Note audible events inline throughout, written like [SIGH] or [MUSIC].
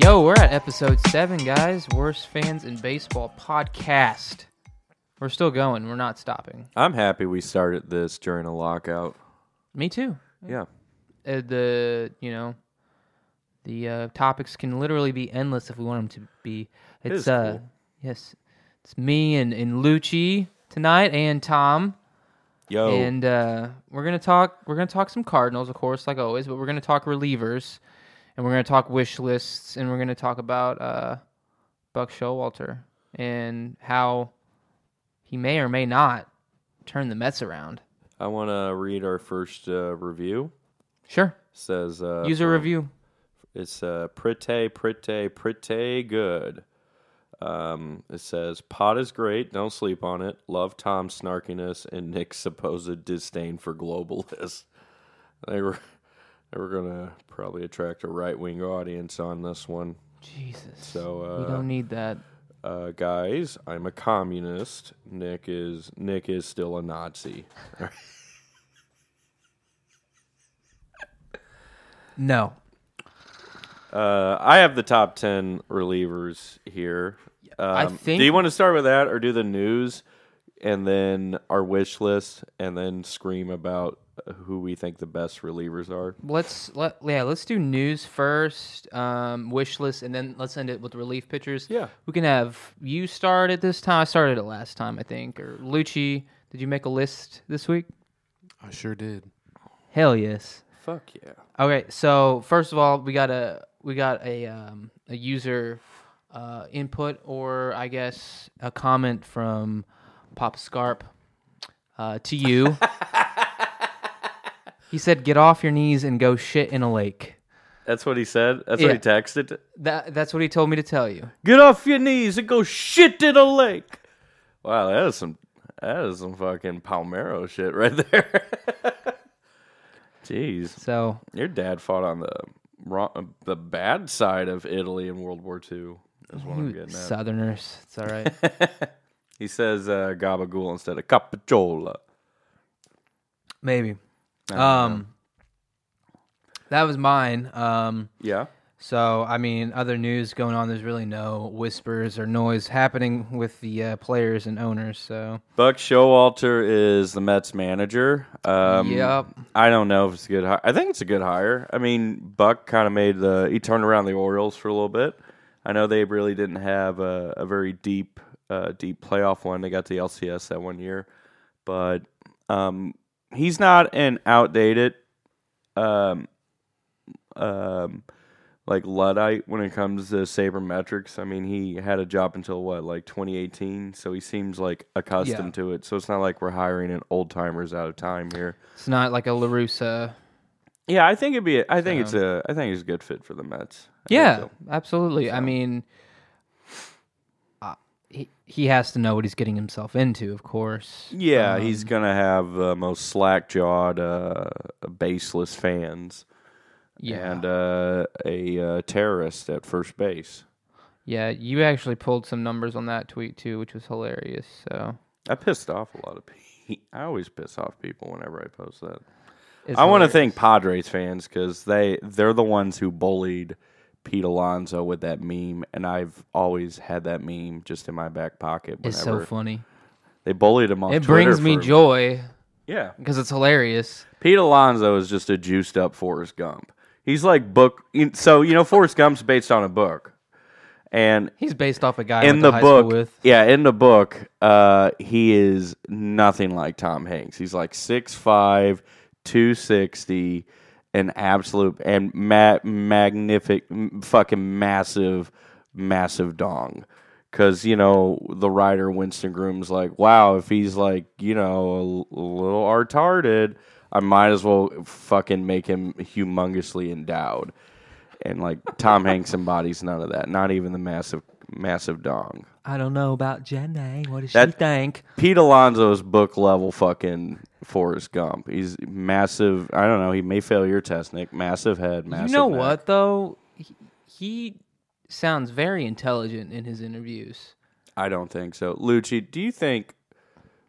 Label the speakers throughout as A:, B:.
A: Yo, we're at episode seven, guys. Worst fans in baseball podcast. We're still going. We're not stopping.
B: I'm happy we started this during a lockout.
A: Me too.
B: Yeah.
A: Uh, the you know, the uh, topics can literally be endless if we want them to be. It's
B: is
A: uh,
B: cool.
A: yes, it's me and and Lucci tonight and Tom.
B: Yo.
A: And uh, we're gonna talk. We're gonna talk some Cardinals, of course, like always. But we're gonna talk relievers, and we're gonna talk wish lists, and we're gonna talk about uh, Buck Showalter and how he may or may not turn the Mets around.
B: I want to read our first uh, review.
A: Sure,
B: says uh,
A: user review.
B: It's uh, pretty, pretty, pretty good. Um, it says pot is great. Don't sleep on it. Love Tom's snarkiness and Nick's supposed disdain for globalists. [LAUGHS] They were they were gonna probably attract a right wing audience on this one.
A: Jesus,
B: So uh,
A: we don't need that.
B: uh, guys, I'm a communist. Nick is Nick is still a Nazi.
A: No.
B: Uh, I have the top ten relievers here. Um,
A: I think-
B: Do you want to start with that, or do the news, and then our wish list, and then scream about uh, who we think the best relievers are?
A: Let's let yeah. Let's do news first, um, wish list, and then let's end it with relief pitchers.
B: Yeah.
A: we can have you start at this time. I started it last time, I think. Or Lucci, did you make a list this week?
C: I sure did.
A: Hell yes.
B: Fuck yeah!
A: Okay, so first of all, we got a we got a um, a user uh, input or I guess a comment from Pop Scarp uh, to you. he said, "Get off your knees and go shit in a lake."
B: That's what he said. That's
A: Yeah.
B: what he texted.
A: That that's what he told me to tell you.
B: Get off your knees and go shit in a lake. Wow, that is some that is some fucking Palmero shit right [LAUGHS] there. Jeez,
A: So
B: your dad fought on the wrong, the bad side of Italy in World War II. Is what I'm getting at.
A: Southerners, it's all
B: [LAUGHS]
A: right.
B: He says uh, gabagool instead of capicciola.
A: Maybe. Um, that was mine. Um.
B: Yeah.
A: So, I mean, other news going on. There's really no whispers or noise happening with the uh, players and owners. So,
B: Buck Showalter is the Mets manager. Um,
A: Yep.
B: I don't know if it's a good hire. I think it's a good hire. I mean, Buck kind of made the. He turned around the Orioles for a little bit. I know they really didn't have a, a very deep, uh, deep playoff one. They got the LCS that one year, but um, he's not an outdated, um, um, like luddite when it comes to sabermetrics. I mean, he had a job until what, like 2018, so he seems like accustomed to it. So it's not like we're hiring an old timers out of time here.
A: it's not like a LaRussa.
B: Yeah, I think it'd be. I think it's a. I think it's a good fit for the Mets. I think
A: Yeah,
B: so.
A: absolutely. I mean, uh, he, he has to know what he's getting himself into, of course.
B: Yeah, he's gonna have the most slack jawed, uh, baseless fans,
A: Yeah.
B: and uh, a uh, terrorist at first base.
A: yeah, you actually pulled some numbers on that tweet too, which was hilarious. So,
B: I pissed off a lot of people. I always piss off people whenever I post that.
A: it's
B: I want to
A: hilarious.
B: thank Padres fans because they they're the ones who bullied Pete Alonso with that meme, and I've always had that meme just in my back pocket. Whenever
A: It's so funny.
B: they bullied him on
A: It
B: Twitter
A: brings me
B: for-
A: joy
B: Yeah,
A: because it's hilarious.
B: Pete Alonso is just a juiced up Forrest Gump. He's like book. So you know Forrest Gump's based on a book, and
A: He's based off a guy I
B: in
A: went
B: the
A: to high school
B: book,
A: with.
B: yeah, in the book, uh, he is nothing like Tom Hanks. He's like 6'5", 260, an absolute and ma- magnific, m- fucking massive, massive dong. Because, you know, the writer Winston Groom's like, wow, if he's like, you know, a, l- little retarded, I might as well fucking make him humongously endowed. And like Tom Hanks embodies none of that, not even the massive, massive dong.
A: I don't know about Jenny. What does
B: That-
A: she think?
B: Pete Alonso's book level fucking Forrest Gump. He's massive. I don't know. He may fail your test, Nick. Massive head. Massive.
A: you know
B: neck.
A: what though? He, he sounds very intelligent in his interviews.
B: I don't think so. Lucci, do you think?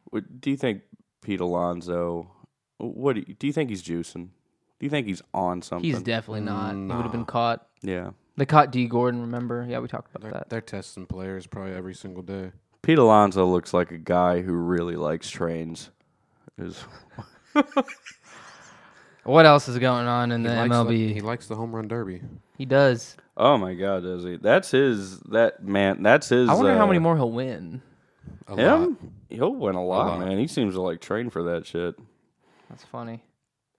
B: what- Do you think Pete Alonso? What do you, do you think he's juicing? Do you think he's on something?
A: He's definitely not. He would have been caught.
B: yeah.
A: They caught D Gordon. Remember? Yeah, we talked about
C: They're,
A: that.
C: they're testing players probably every single day.
B: Pete Alonso looks like a guy who really likes trains. Is
A: What else is going on in the
C: He likes
A: MLB?
C: The, he likes the home run derby.
A: he does.
B: oh my god, does he? That's his. That man. That's his.
A: I wonder how
B: uh,
A: many more he'll win.
C: A lot.
B: Him? He'll win a lot,
C: lot.
B: man. He seems to like train for that shit.
A: That's funny.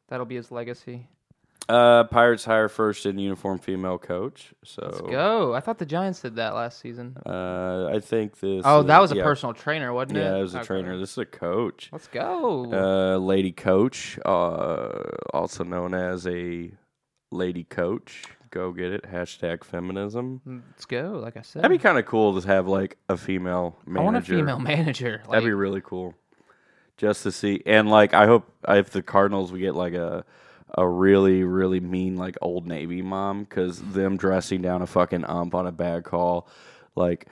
A: That'll be his legacy.
B: Uh, Pirates hire first in uniform female coach. So
A: Let's go. I thought the Giants did that last season.
B: Uh, I think this.
A: Oh,
B: is-
A: that was a
B: yeah.
A: personal trainer, wasn't it?
B: Yeah, it was a
A: Okay.
B: trainer. This is a coach.
A: Let's go.
B: Uh, lady coach, uh, also known as a lady coach. Go get it. Hashtag feminism.
A: Mm, Let's go. Like I said,
B: That'd be kind of cool to have like a female manager.
A: I want a female manager. Like,
B: That'd be really cool. Just to see, and like, I hope if the Cardinals we get like a a really really mean like old Navy mom because them dressing down a fucking ump on a bad call, like.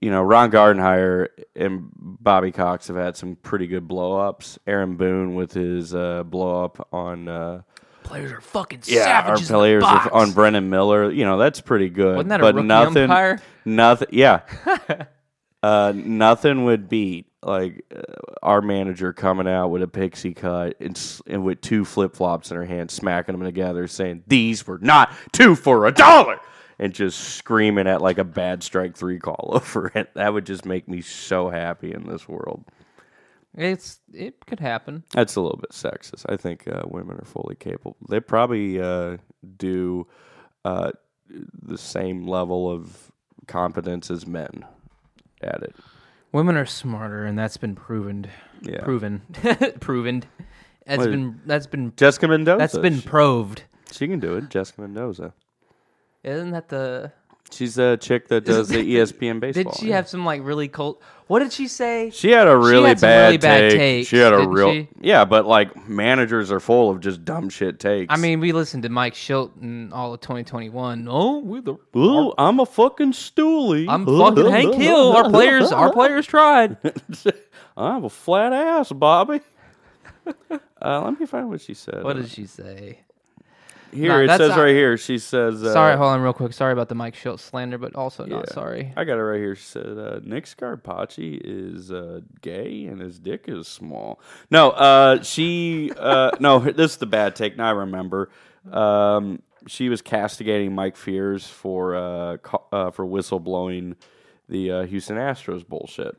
B: You know, Ron Gardenhire and Bobby Cox have had some pretty good blow ups. Aaron Boone with his uh, blow up on uh,
A: players are fucking
B: yeah, our
A: savages. in the
B: players
A: box.
B: are on Brennan Miller. You know, that's pretty good.
A: Wasn't that a
B: but
A: rookie
B: nothing,
A: umpire?
B: Nothing.
A: [LAUGHS]
B: Yeah. uh, nothing would beat like uh, our manager coming out with a pixie cut and, s- and with two flip flops in her hand, smacking them together, saying these were not two for a dollar. And just screaming at like a bad strike three call [LAUGHS] over it. That would just make me so happy in this world.
A: It's it could happen.
B: That's a little bit sexist. I think uh, women are fully capable. They probably uh, do uh, the same level of competence as men at it.
A: Women are smarter, and that's been proven.
B: Yeah.
A: Proven. [LAUGHS] proven. That's
B: Wait.
A: been that's been
B: Jessica Mendoza.
A: that's been proved.
B: She can do it. Jessica Mendoza.
A: Isn't that the?
B: She's a chick that does the E ESPN
A: [LAUGHS]
B: baseball.
A: Did she
B: yeah.
A: have some like really cold? What did she say?
B: She had a really,
A: had some
B: bad,
A: really bad
B: take.
A: takes,
B: She had a
A: didn't
B: real
A: she?
B: yeah, but like managers are full of just dumb shit takes.
A: I mean, we listened to Mike Shilton all of 2021. Oh, we're the
B: ooh, I'm a fucking stoolie.
A: I'm fucking Hank Hill. Our
B: [LAUGHS]
A: players, our players tried.
B: I have a flat ass, Bobby. uh, let me find what she said.
A: What did she say?
B: here?
A: No,
B: it
A: that's
B: says
A: not-
B: right here. She says, uh,
A: Sorry, hold on real quick. Sorry about the Mike Schultz slander, but also not
B: yeah.
A: sorry.
B: I got it right here. She said, uh, Nick Scarpacci is uh, gay and his dick is small. No, uh, she, uh, [LAUGHS] no, this is the bad take. Now I remember. Um, she was castigating Mike Fears for uh, co- uh, for whistleblowing the uh, Houston Astros bullshit.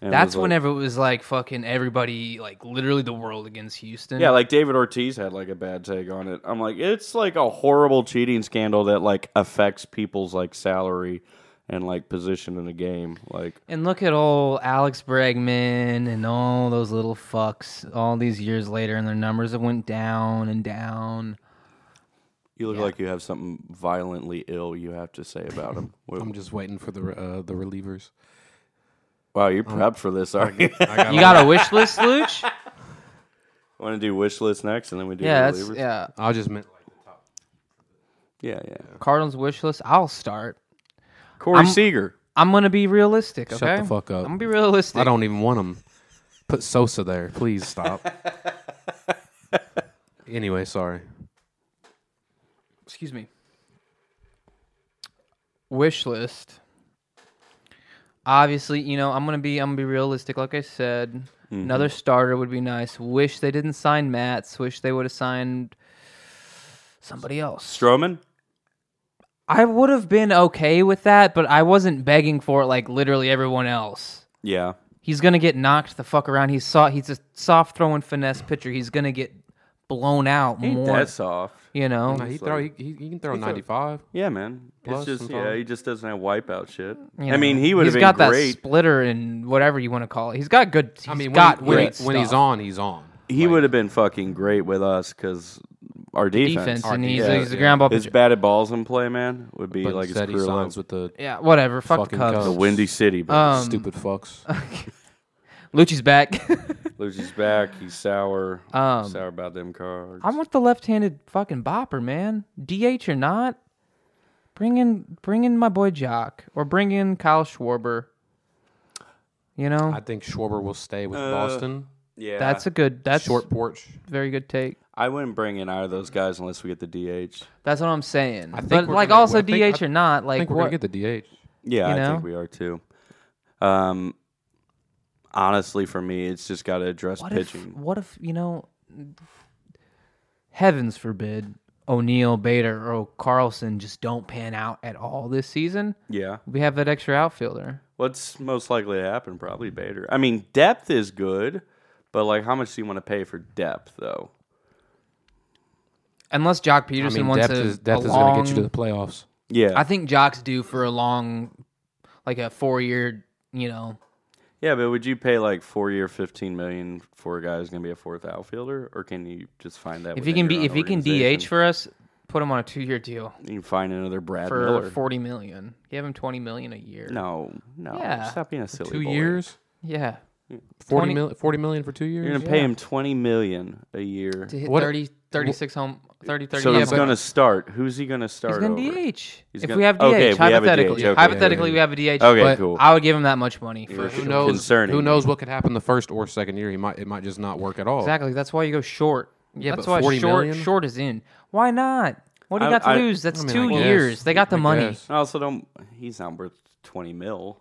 B: And it was
A: That's
B: like-
A: whenever it was like fucking everybody, like literally the world against Houston.
B: Yeah, like David Ortiz had like a bad take on it. I'm like, it's like a horrible cheating scandal that like affects people's like salary and like position in the game. Like,
A: and look at old Alex Bregman and all those little fucks all these years later, and their numbers have went down and down.
B: you look like you have something violently ill you have to say about
A: [LAUGHS]
B: him.
C: I'm just waiting for the re- uh, the relievers.
B: wow, you're prepped for this,
A: [LAUGHS]
B: aren't you? [LAUGHS]
C: I got
A: You got a wish list, Luch?
B: Want to do wish list next, and then we do
A: yeah,
B: the
A: that's,
B: relievers?
A: yeah.
C: I just meant like the top.
B: yeah, yeah.
A: Cardinals wish list. I'll start.
B: Corey
A: I'm-
B: Seager.
A: I'm gonna be realistic. Okay?
C: the fuck up.
A: I'm gonna be realistic.
C: I don't even want them. Put Sosa there, please stop. anyway, sorry.
A: excuse me wish list obviously you know i'm gonna be i'm gonna be realistic like i said another starter would be nice wish they didn't sign mats wish they would have signed somebody else
B: Stroman?
A: i would have been okay with that but i wasn't begging for it like literally everyone else
B: Yeah.
A: he's gonna get knocked the fuck around he's soft he's a soft throwing finesse pitcher he's gonna get blown out
B: Ain't
A: more.
B: that soft?
A: You know,
C: No, he, throw, he, he, he can throw
B: He throw-
C: 95.
B: Yeah, man. It's
C: Plus
B: just
C: sometimes.
B: yeah, he just doesn't have wipeout shit.
A: You
B: I
A: know,
B: mean, he would have
A: he's
B: been
A: got
B: great.
A: that splitter and whatever you want to call it. He's got good.
C: I mean,
A: he's
C: when,
A: got
C: he, when,
A: great
C: he- when he's
A: stuff.
C: on, he's on.
B: he
C: Like,
B: would have been fucking great with us because our defense,
A: defense,
C: Our
A: and he's,
B: defense,
A: he's a
C: yeah.
A: ground ball.
B: his
A: pitcher.
B: batted balls in play, man, would be
C: But
B: like his
C: instead he
B: career low.
C: signs with the
A: Yeah, whatever. Fuck the
C: Fucking
A: Cubs.
B: The
C: Cubs.
B: Windy City, bro.
A: Um,
C: stupid
A: [LAUGHS]
C: fucks.
A: Lucci's
C: [LAUGHS]
A: back.
B: Lucy's back. He's sour.
A: Um,
B: sour about them cards.
A: I want the left-handed fucking bopper, man. DH or not, bring in bring in my boy Jock or bring in Kyle Schwarber. You know,
C: I think Schwarber will stay with Boston.
B: yeah,
A: that's a good. That's
C: Short porch.
A: Very good take.
B: I wouldn't bring in either of those guys unless we get the DH.
A: That's what I'm saying.
C: I think
A: but
C: we're
A: like
C: gonna-
A: also
C: I think-
A: DH or not,
C: I
A: like
C: think we're
A: what?
C: going to get the DH.
B: Yeah,
A: You
B: I
A: know?
B: think we are too. Um, honestly, for me, it's just got to address
A: what if?
B: pitching.
A: What if you know? Heavens forbid, O'Neill, Bader, or Carlson just don't pan out at all this season.
B: yeah,
A: We have that extra outfielder.
B: what's most likely to happen? Probably Bader. I mean, depth is good, but like, how much do you want to pay for depth though?
A: Unless Jock
C: I
A: Peterson
C: mean,
A: wants
C: depth
A: to
C: is, depth
A: a
C: is going to get
A: long-
C: you to the playoffs.
B: Yeah,
A: I think Jock's due for a long, like a four-year. You know,
B: yeah, but would you pay like four year, fifteen million for a guy who's going to be a fourth outfielder, or can you just find that
A: if he
B: within
A: can be,
B: your
A: if
B: own
A: he can DH
B: organization?
A: for us, put him on a two-year deal
B: you can find another Brad
A: for
B: Miller.
A: forty million. Give him twenty million a year.
B: no, no,
A: Yeah.
B: stop being a silly.
C: Two
B: boy.
C: years?
A: Yeah. 20
C: 40, mil- 40 million for two years?
B: You're going to pay him twenty million a year.
A: to hit
C: What-
A: 30, 36 home 30 30
B: So
A: yeah,
B: he's
A: but
B: going to start. Who's he going to start?
A: he's gonna
B: over?
A: DH.
B: He's
A: if
B: gonna-
A: we have DH,
B: okay, if we have a
A: hypothetically,
B: DH, okay.
A: hypothetically we have a DH.
B: Okay,
A: but
B: cool.
A: I would give him that much money. For
B: You're
C: Who
B: con-
C: knows?
B: concerning
C: Who knows what could happen the first or second year? He might. It might just not work at all.
A: Exactly. That's why you go short. Yeah, that's
C: but
A: why
C: 40
A: short
C: million?
A: short is in. Why not? What do you
B: I-
A: got to
B: I-
A: lose? That's
C: I mean,
A: two
C: I guess.
A: years. They got the
C: I
A: money.
C: guess.
B: I also don't. He's not worth twenty mil.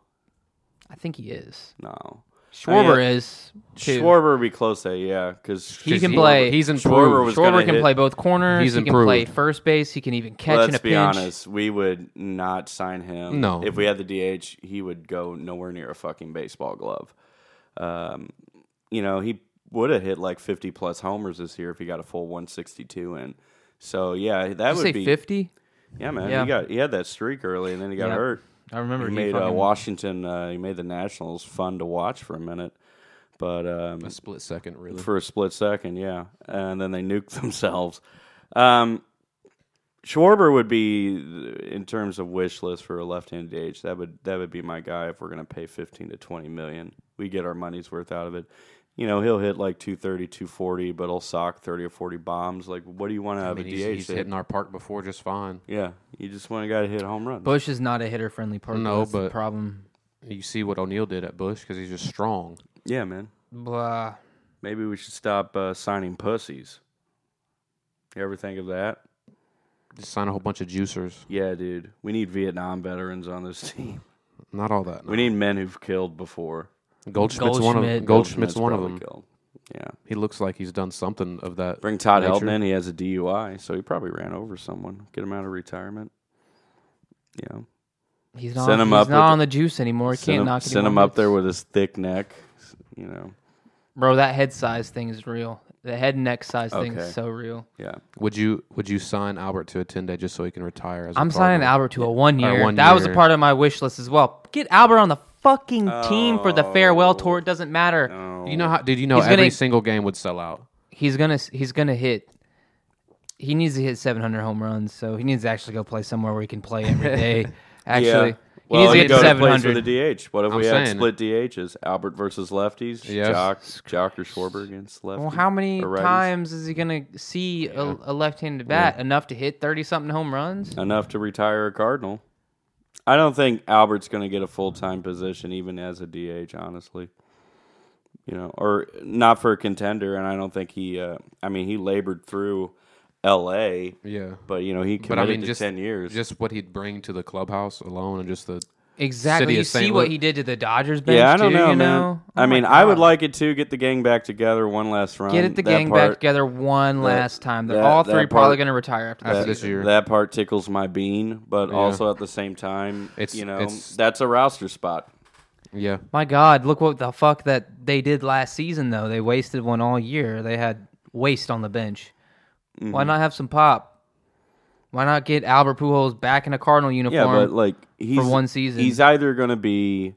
A: I think he is.
B: No.
A: Schwarber
B: I mean,
A: is too.
B: Schwarber would be close there, yeah, because
A: He can play.
C: He's
B: Schwarber
C: improved.
B: was
A: Schwarber
B: gonna
A: can
B: hit-
A: play both corners.
C: He's
A: he can play
C: improved.
A: first base. He can even catch in
B: Let's
A: a
B: be
A: pinch.
B: honest, we would not sign him.
C: No.
B: if we had the DH, he would go nowhere near a fucking baseball glove. Um, you know, he would have hit like fifty plus homers this year if he got a full one sixty two in. So yeah, that
A: Did you
B: would
A: say
B: be
A: fifty?
B: yeah, man.
A: Yeah.
B: He got he had that streak early, and then he got
A: Yeah.
B: hurt.
A: I remember
B: He
A: he
B: made uh,
A: fucking-
B: Washington. Uh, he made the Nationals fun to watch for a minute, but um,
C: A split second, really.
B: for a split second, yeah, and then they nuked [LAUGHS] themselves. Um, Schwarber would be in terms of wish list for a left-handed DH. That would that would be my guy if we're going to pay 15 to 20 million. We get our money's worth out of it. You know, he'll hit like 230, 240, but he'll sock 30 or 40 bombs. Like what do you want to
C: I
B: have
C: mean,
B: a
C: he's,
B: DH?
C: he's
B: hit?
C: hitting our park before just fine.
B: yeah, you just want a guy to hit a home run.
A: Bush is not a hitter friendly park.
C: No,
A: that's the
C: but-
A: problem.
C: You see what O'Neill did at Bush because he's just strong.
B: yeah, man.
A: Blah.
B: Maybe we should stop uh, signing pussies. You ever think of that?
C: Just sign a whole bunch of juicers.
B: Yeah, dude. We need Vietnam veterans on this [LAUGHS] team.
C: Not all that.
B: We
C: No.
B: need men who've killed before.
C: Goldschmidt's one of
A: Goldschmidt.
C: them. Goldschmidt's one of
B: probably
C: them.
B: Killed. Yeah.
C: He looks like he's done something of that.
B: Bring Todd
C: nature.
B: Helton in. He has a DUI, so he probably ran over someone. Get him out of retirement. Yeah.
A: He's not.
B: Send him
A: he's
B: up
A: not
B: with-
A: on the juice anymore. He
B: Send
A: can't
B: him,
A: knock
B: send
A: anyone
B: him up
A: loose.
B: there with his thick neck. You know.
A: Bro, that head size thing is real. The head and neck size thing
B: Okay.
A: is so real.
B: Yeah.
C: Would you Would you sign Albert to a ten day just so he can retire? As a
A: I'm signing
C: Cardinal?
A: Albert to a one year.
C: one
A: that was a
C: year.
A: part of my wish list as well. Get Albert on the fucking team for the farewell
B: Oh.
A: tour. It doesn't matter.
C: You know how? Did you know
A: He's
C: every
A: gonna-
C: single game would sell out?
A: He's gonna he's gonna hit. He needs to hit 700 home runs, so he needs to actually go play somewhere where he can play every day. actually,
B: yeah.
A: he needs
B: Well,
A: to
B: you
A: get
B: go
A: to
B: to place
A: 700.
B: with a DH. What if
C: I'm
B: we had
C: saying.
B: split DHs? Albert versus lefties.
C: Yes.
B: Jock, Jock or Schwarber against lefties.
A: Well, how many
B: or righties?
A: times is he gonna see a, a left-handed bat enough to hit 30 something home runs?
B: enough to retire a Cardinal. I don't think Albert's going to get a full time position, even as a DH, honestly. You know, or not for a contender. And I don't think he, uh, I mean, he labored through L.A.,
C: Yeah.
B: but, you know, he
C: But I
B: committed
C: mean,
B: to
C: just
B: 10 years.
C: Just what he'd bring to the clubhouse alone, and just the
A: Exactly.
C: City
A: You
C: of
A: see
C: St.
A: what
C: Louis.
A: he did to the Dodgers bench.
B: yeah, I don't
A: too,
B: know,
A: you
B: man.
A: know?
B: I
A: Oh my
B: mean, I would
A: God.
B: like it to get the gang back together one last round.
A: Get it the
B: That
A: gang back
B: part-
A: together one last time. They're
B: that-
A: all
B: that
A: three probably
B: part-
A: going to retire after
C: after
A: that.
C: this year.
B: That part tickles my bean, but also at the same time,
C: It's-
B: you know,
C: it's-
B: that's a roster spot.
C: yeah.
A: My God, look what the fuck that they did last season though. They wasted one all year. They had waste on the bench.
B: Mm-hmm.
A: Why not have some pop? Why not get Albert Pujols back in a Cardinal uniform?
B: Yeah, but like he's
A: one season.
B: He's either going to be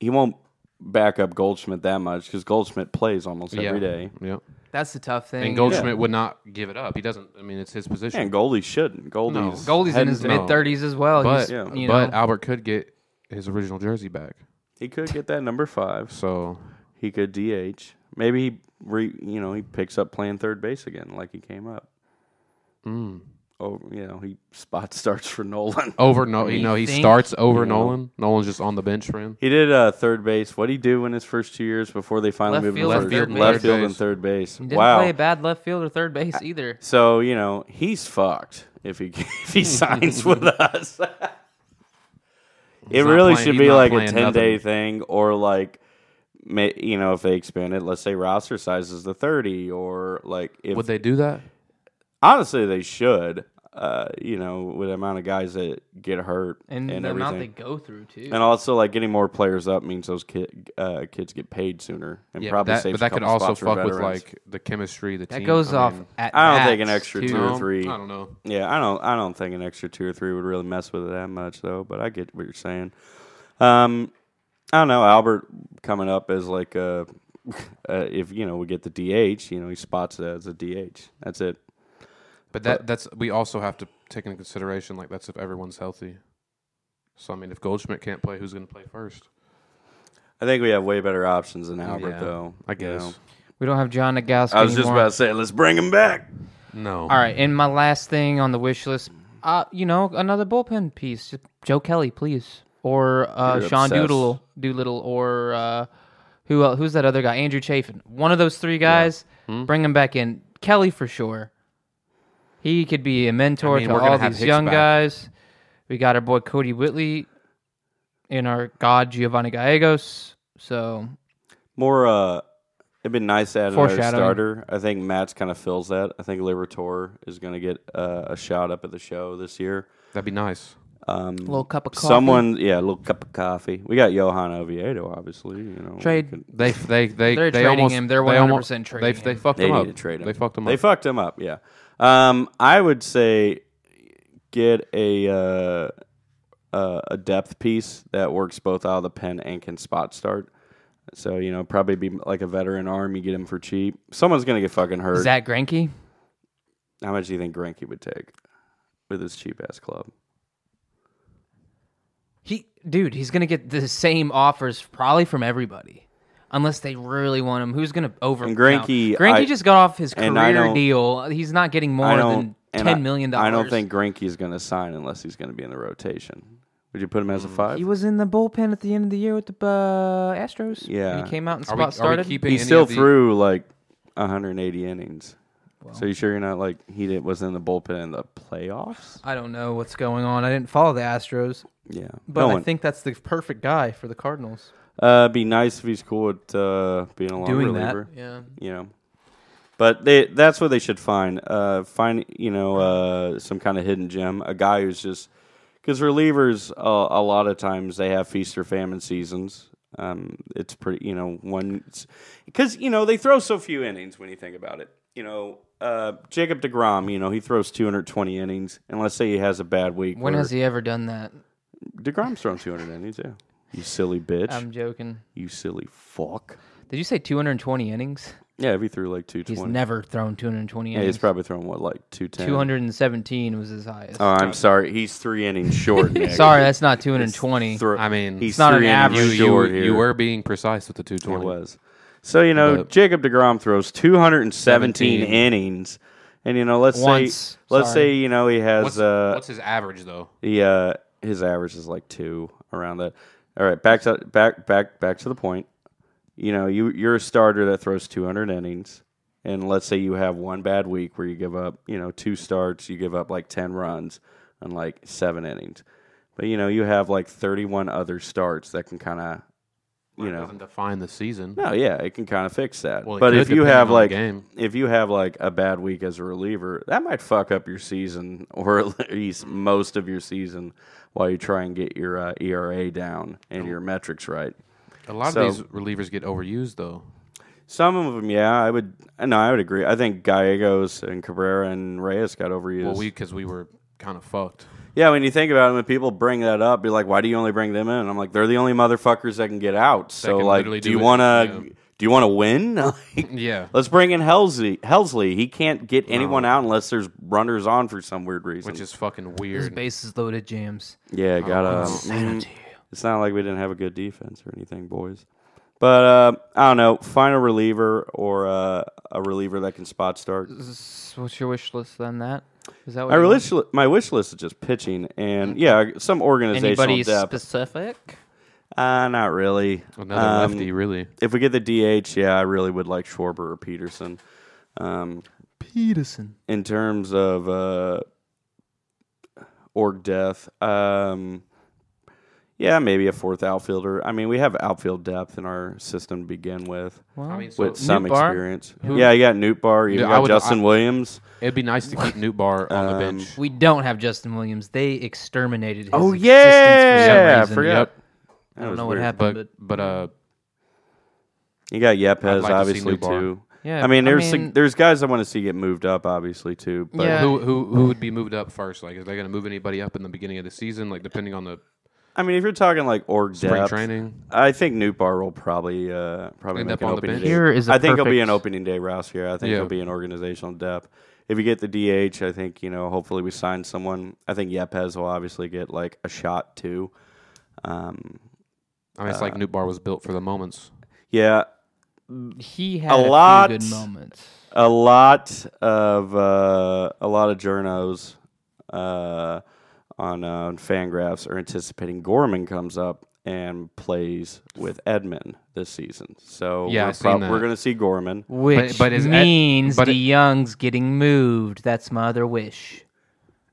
B: he won't back up Goldschmidt that much because Goldschmidt plays almost every day,
C: Yep.
A: That's the tough thing.
C: And Goldschmidt would not give it up. He doesn't. I mean, it's his position.
B: and Goldie shouldn't. Goldie's
A: Goldie's in
B: heading
A: his
B: down.
A: mid thirties as well.
C: but
A: He's, you know,
C: but Albert could get his original jersey back.
B: He could get that number five.
C: So
B: He could DH. Maybe he re, you know he picks up playing third base again like he came up.
A: Hmm.
B: Oh, you know he spot starts for Nolan. [LAUGHS]
C: over no, you
A: You
C: know, he
A: think?
C: starts over Nolan. Nolan's just on the bench for him.
B: He did uh, third base. What did he do in his first two years before they finally
A: Left
B: moved
A: field
B: him
A: and
B: first?
A: third
B: left
A: base.
B: field
C: Third
B: and third base?
A: he didn't
B: wow.
A: play a bad left field or third base either.
B: So you know he's fucked if he [LAUGHS] if he
C: [LAUGHS]
B: signs with us. [LAUGHS] it
C: not
B: really
C: playing-
B: should
C: he's
B: be
C: not
B: like a
C: playing
B: ten
C: nothing.
B: day thing, or like ma- you know if they expand it, let's say roster sizes to thirty, or like if
C: Would they do that?
B: honestly they should. Uh, you know, with the amount of guys that get hurt
A: And,
B: and,
A: the amount they
B: everything,
A: go through too.
B: and also like getting more players up means those kid, uh, kids get paid sooner and
C: Yeah,
B: probably
C: that,
B: saves a
C: but that could
B: couple
C: also
B: spots for
C: fuck with
B: veterans.
C: like the chemistry. The
A: that
C: team.
A: goes
C: I
A: off
C: mean,
A: at
B: I don't think an
A: bats,
B: extra
A: too.
B: two or
C: no,
B: three.
C: I don't know.
B: Yeah, I don't I don't think an extra two or three would really mess with it that much though, but I get what you're saying. Um I don't know, Albert coming up as like a [LAUGHS] uh, if you know we get the DH, you know he spots it as a DH. That's it.
C: But that that's we also have to take into consideration like that's if everyone's healthy. So I mean, if Goldschmidt can't play, who's going to play first?
B: I think we have way better options than Albert
C: Yeah,
B: though.
C: I
B: you
C: guess.
B: know.
A: We don't have John Nagowski
B: I was just
A: anymore.
B: about to say, let's bring him back.
C: No.
A: All right, and my last thing on the wish list, uh, you know, another bullpen piece, Just Joe Kelly, please, or uh,
B: You're
A: Sean
B: obsessed.
A: Doodle, Doolittle, or uh, who el- who's that other guy? Andrew Chafin. One of those three guys,
B: Hmm?
A: bring him back in. Kelly for sure. He could be a mentor
C: I mean,
A: to
C: we're gonna
A: all
C: have
A: these
C: Hicks
A: young
C: back.
A: guys. We got our boy Cody Whitley, and our god Giovanni Gallegos. So
B: More uh it'd been nice to add another
A: Foreshadowing.
B: starter. I think Matt's kind of fills that. I think Libertor is going to get uh, a shot up at the show this year.
C: That'd be nice.
B: Um,
A: a little cup of coffee.
B: Someone, yeah, a little cup of coffee. We got Johan Oviedo, obviously. You know, we
A: Trade.
B: could-
C: They they they
A: They're
C: they
A: trading
C: almost,
A: him. They're
C: they almo-
A: 100% trading
C: They, they
A: him.
C: fucked
B: They
C: him
B: need
C: up.
B: to trade him.
C: They fucked him
B: They
C: up.
B: fucked him up. Yeah. Um, I would say get a uh, uh, a depth piece that works both out of the pen and can spot start. So you know, probably be like a veteran arm. You get him for cheap. Someone's gonna get fucking hurt.
A: Zach Greinke.
B: How much do you think Granke would take with his cheap ass club?
A: He, dude, he's gonna get the same offers probably from everybody, unless they really want him. Who's gonna over?
B: And Greinke,
A: Granke
B: I-
A: just got off his
B: and I
A: career
B: don't-
A: deal. He's not getting more
B: I don't.
A: than
B: and I-
A: ten million dollars.
B: I don't think Granke's gonna sign unless he's gonna be in the rotation. Would you put him as a five?
A: Mm. he was in the bullpen at the end of the year with the uh, Astros.
B: Yeah.
A: when he came out and
C: Are
A: spot
C: we, are we
A: started.
C: keeping
B: he
C: any
B: still
C: of the-
B: threw like 180 innings. so you sure you're not like he did, was in the bullpen in the playoffs?
A: I don't know what's going on. I didn't follow the Astros,
B: Yeah,
A: but
B: No
A: I
B: one-
A: think that's the perfect guy for the Cardinals.
B: uh, it'd be nice if he's cool with uh, being a long
A: Doing that.
B: reliever.
A: Yeah,
B: You know, but they that's what they should find. Uh, find you know uh, some kind of hidden gem, a guy who's just because relievers uh, a lot of times they have feast or famine seasons. Um, it's pretty, you know, one because you know they throw so few innings when you think about it. You know, uh, Jacob Degrom, you know, he throws 220 innings, and let's say he has a bad week.
A: when
B: where-
A: has he ever done that?
B: Degrom's thrown 200 innings? Yeah, you silly bitch,
A: I'm joking.
B: you silly fuck.
A: Did you say 220 innings?
B: Yeah, if he threw like 220,
A: He's never thrown 220
B: yeah,
A: innings.
B: he's probably thrown what like 210.
A: 217 was his highest.
B: Oh, I'm sorry. He's three
A: [LAUGHS]
B: innings short. Nick.
A: Sorry, that's not 220.
B: Thro-
C: I mean,
B: he's
C: it's
A: not
B: three
A: an
B: innings
A: average.
C: you, you,
B: short here.
C: you were being precise with the two
B: It
C: twenty.
B: was. So you know,
C: But-
B: Jacob Degrom throws 217 innings, and you know, let's say,
A: Once.
B: let's
A: Sorry.
B: say you know he has
C: What's,
B: uh,
C: what's his average though?
B: he uh his average is like two around that. All right, back to back back back to the point. You know, you you're a starter that throws 200 innings, and let's say you have one bad week where you give up, you know, two starts, you give up like 10 runs on like seven innings, but you know you have like 31 other starts that can kind of, you know,
C: doesn't define the season.
B: no, yeah, it can kind of fix that.
C: Well, it
B: but
C: could,
B: if you
C: depending
B: have
C: on the
B: like
C: game.
B: if you have like a bad week as a reliever, that might fuck up your season or at least most of your season while you try and get your uh, ERA down and your metrics right.
C: A lot
B: So-
C: of these relievers get overused though.
B: Some of them, yeah, I would. No, I would agree. I think Gallegos and Cabrera and Reyes got overused.
C: Well, we because we were kind of fucked.
B: yeah, when you think about it, when people bring that up, be like, "Why do you only bring them in?" I'm like, "They're the only motherfuckers that can get out." So,
C: can
B: like,
C: literally
B: do
C: do
B: you
C: it,
B: want
C: yeah.
B: to? Do you want to win? [LAUGHS] Like,
C: Yeah,
B: Let's bring in Helsley. Helsley, he can't get anyone out unless there's runners on for some weird reason.
C: Oh. which is oh, fucking
A: His
C: weird.
A: base is loaded, James.
B: yeah, gotta. mm, it's not like we didn't have a good defense or anything, boys. But uh, I don't know. Find a reliever or uh, a reliever that can spot start.
A: S- What's your wish list then? That is that
C: Oh,
A: what
B: My
A: you want?
B: wish, my wish list is just pitching
C: Mm.
B: and yeah, some organizational
A: Anybody
B: depth.
A: specific?
B: uh, not really.
C: Another
B: Um,
C: lefty, really.
B: If we get the DH, yeah, I really would like Schwarber or Peterson. Um,
A: Peterson.
B: in terms of uh, org death, um, yeah, maybe a fourth outfielder. I mean, we have outfield depth in our system to begin with,
A: Well,
C: I mean, so
B: with some
A: Newt Barr?
B: experience. Yeah, you got Newt Bar, you
C: Yeah, I
B: got
C: would-
B: Justin
C: I-
B: Williams.
C: it'd be nice to keep Newt Bar on
B: Um,
C: the bench.
A: we don't have Justin Williams. They exterminated. His
B: Oh,
A: existence
B: yeah, I
A: for some reason.
B: forgot.
C: Yep.
A: I don't
B: was
A: know
B: weird.
A: what happened,
C: But
A: but,
C: but uh,
B: You got Yepes,
C: I'd like to see
B: obviously
C: Newt Barr.
B: too.
A: Yeah,
B: I mean,
A: I
B: there's
A: mean-
B: there's guys I want to see get moved up, obviously too. But
A: Yeah.
C: who who who would be moved up first? Like, are they gonna move anybody up in the beginning of the season? Like, depending on the
B: I mean, if you're talking like org
C: spring
B: depth,
C: training.
B: I think Newt Bar will probably uh, probably
C: End
B: make
C: up
B: an
C: on the
B: opening
C: bench.
B: day.
A: Here is a
B: I think it'll be an
A: perfect-
B: opening day rouse here. I think
C: Yeah.
B: it'll be an organizational depth. If you get the DH, I think you know. Hopefully, we sign someone. I think Yepes will obviously get like a shot too. Um,
C: I mean, it's
B: Uh,
C: like Newt Bar was built for the moments.
B: yeah,
A: he had
B: a
A: a, few
B: lot-
A: good moments.
B: a lot of uh, a lot of journos uh, on uh, on Fangraphs are anticipating Gorman comes up and plays with Edmond this season. So
C: Yeah,
B: we're,
C: I've seen that.
B: we're going to see Gorman.
A: Which
C: but is Ed-
A: means
C: but
A: the
C: it-
A: Young's getting moved. That's my other wish.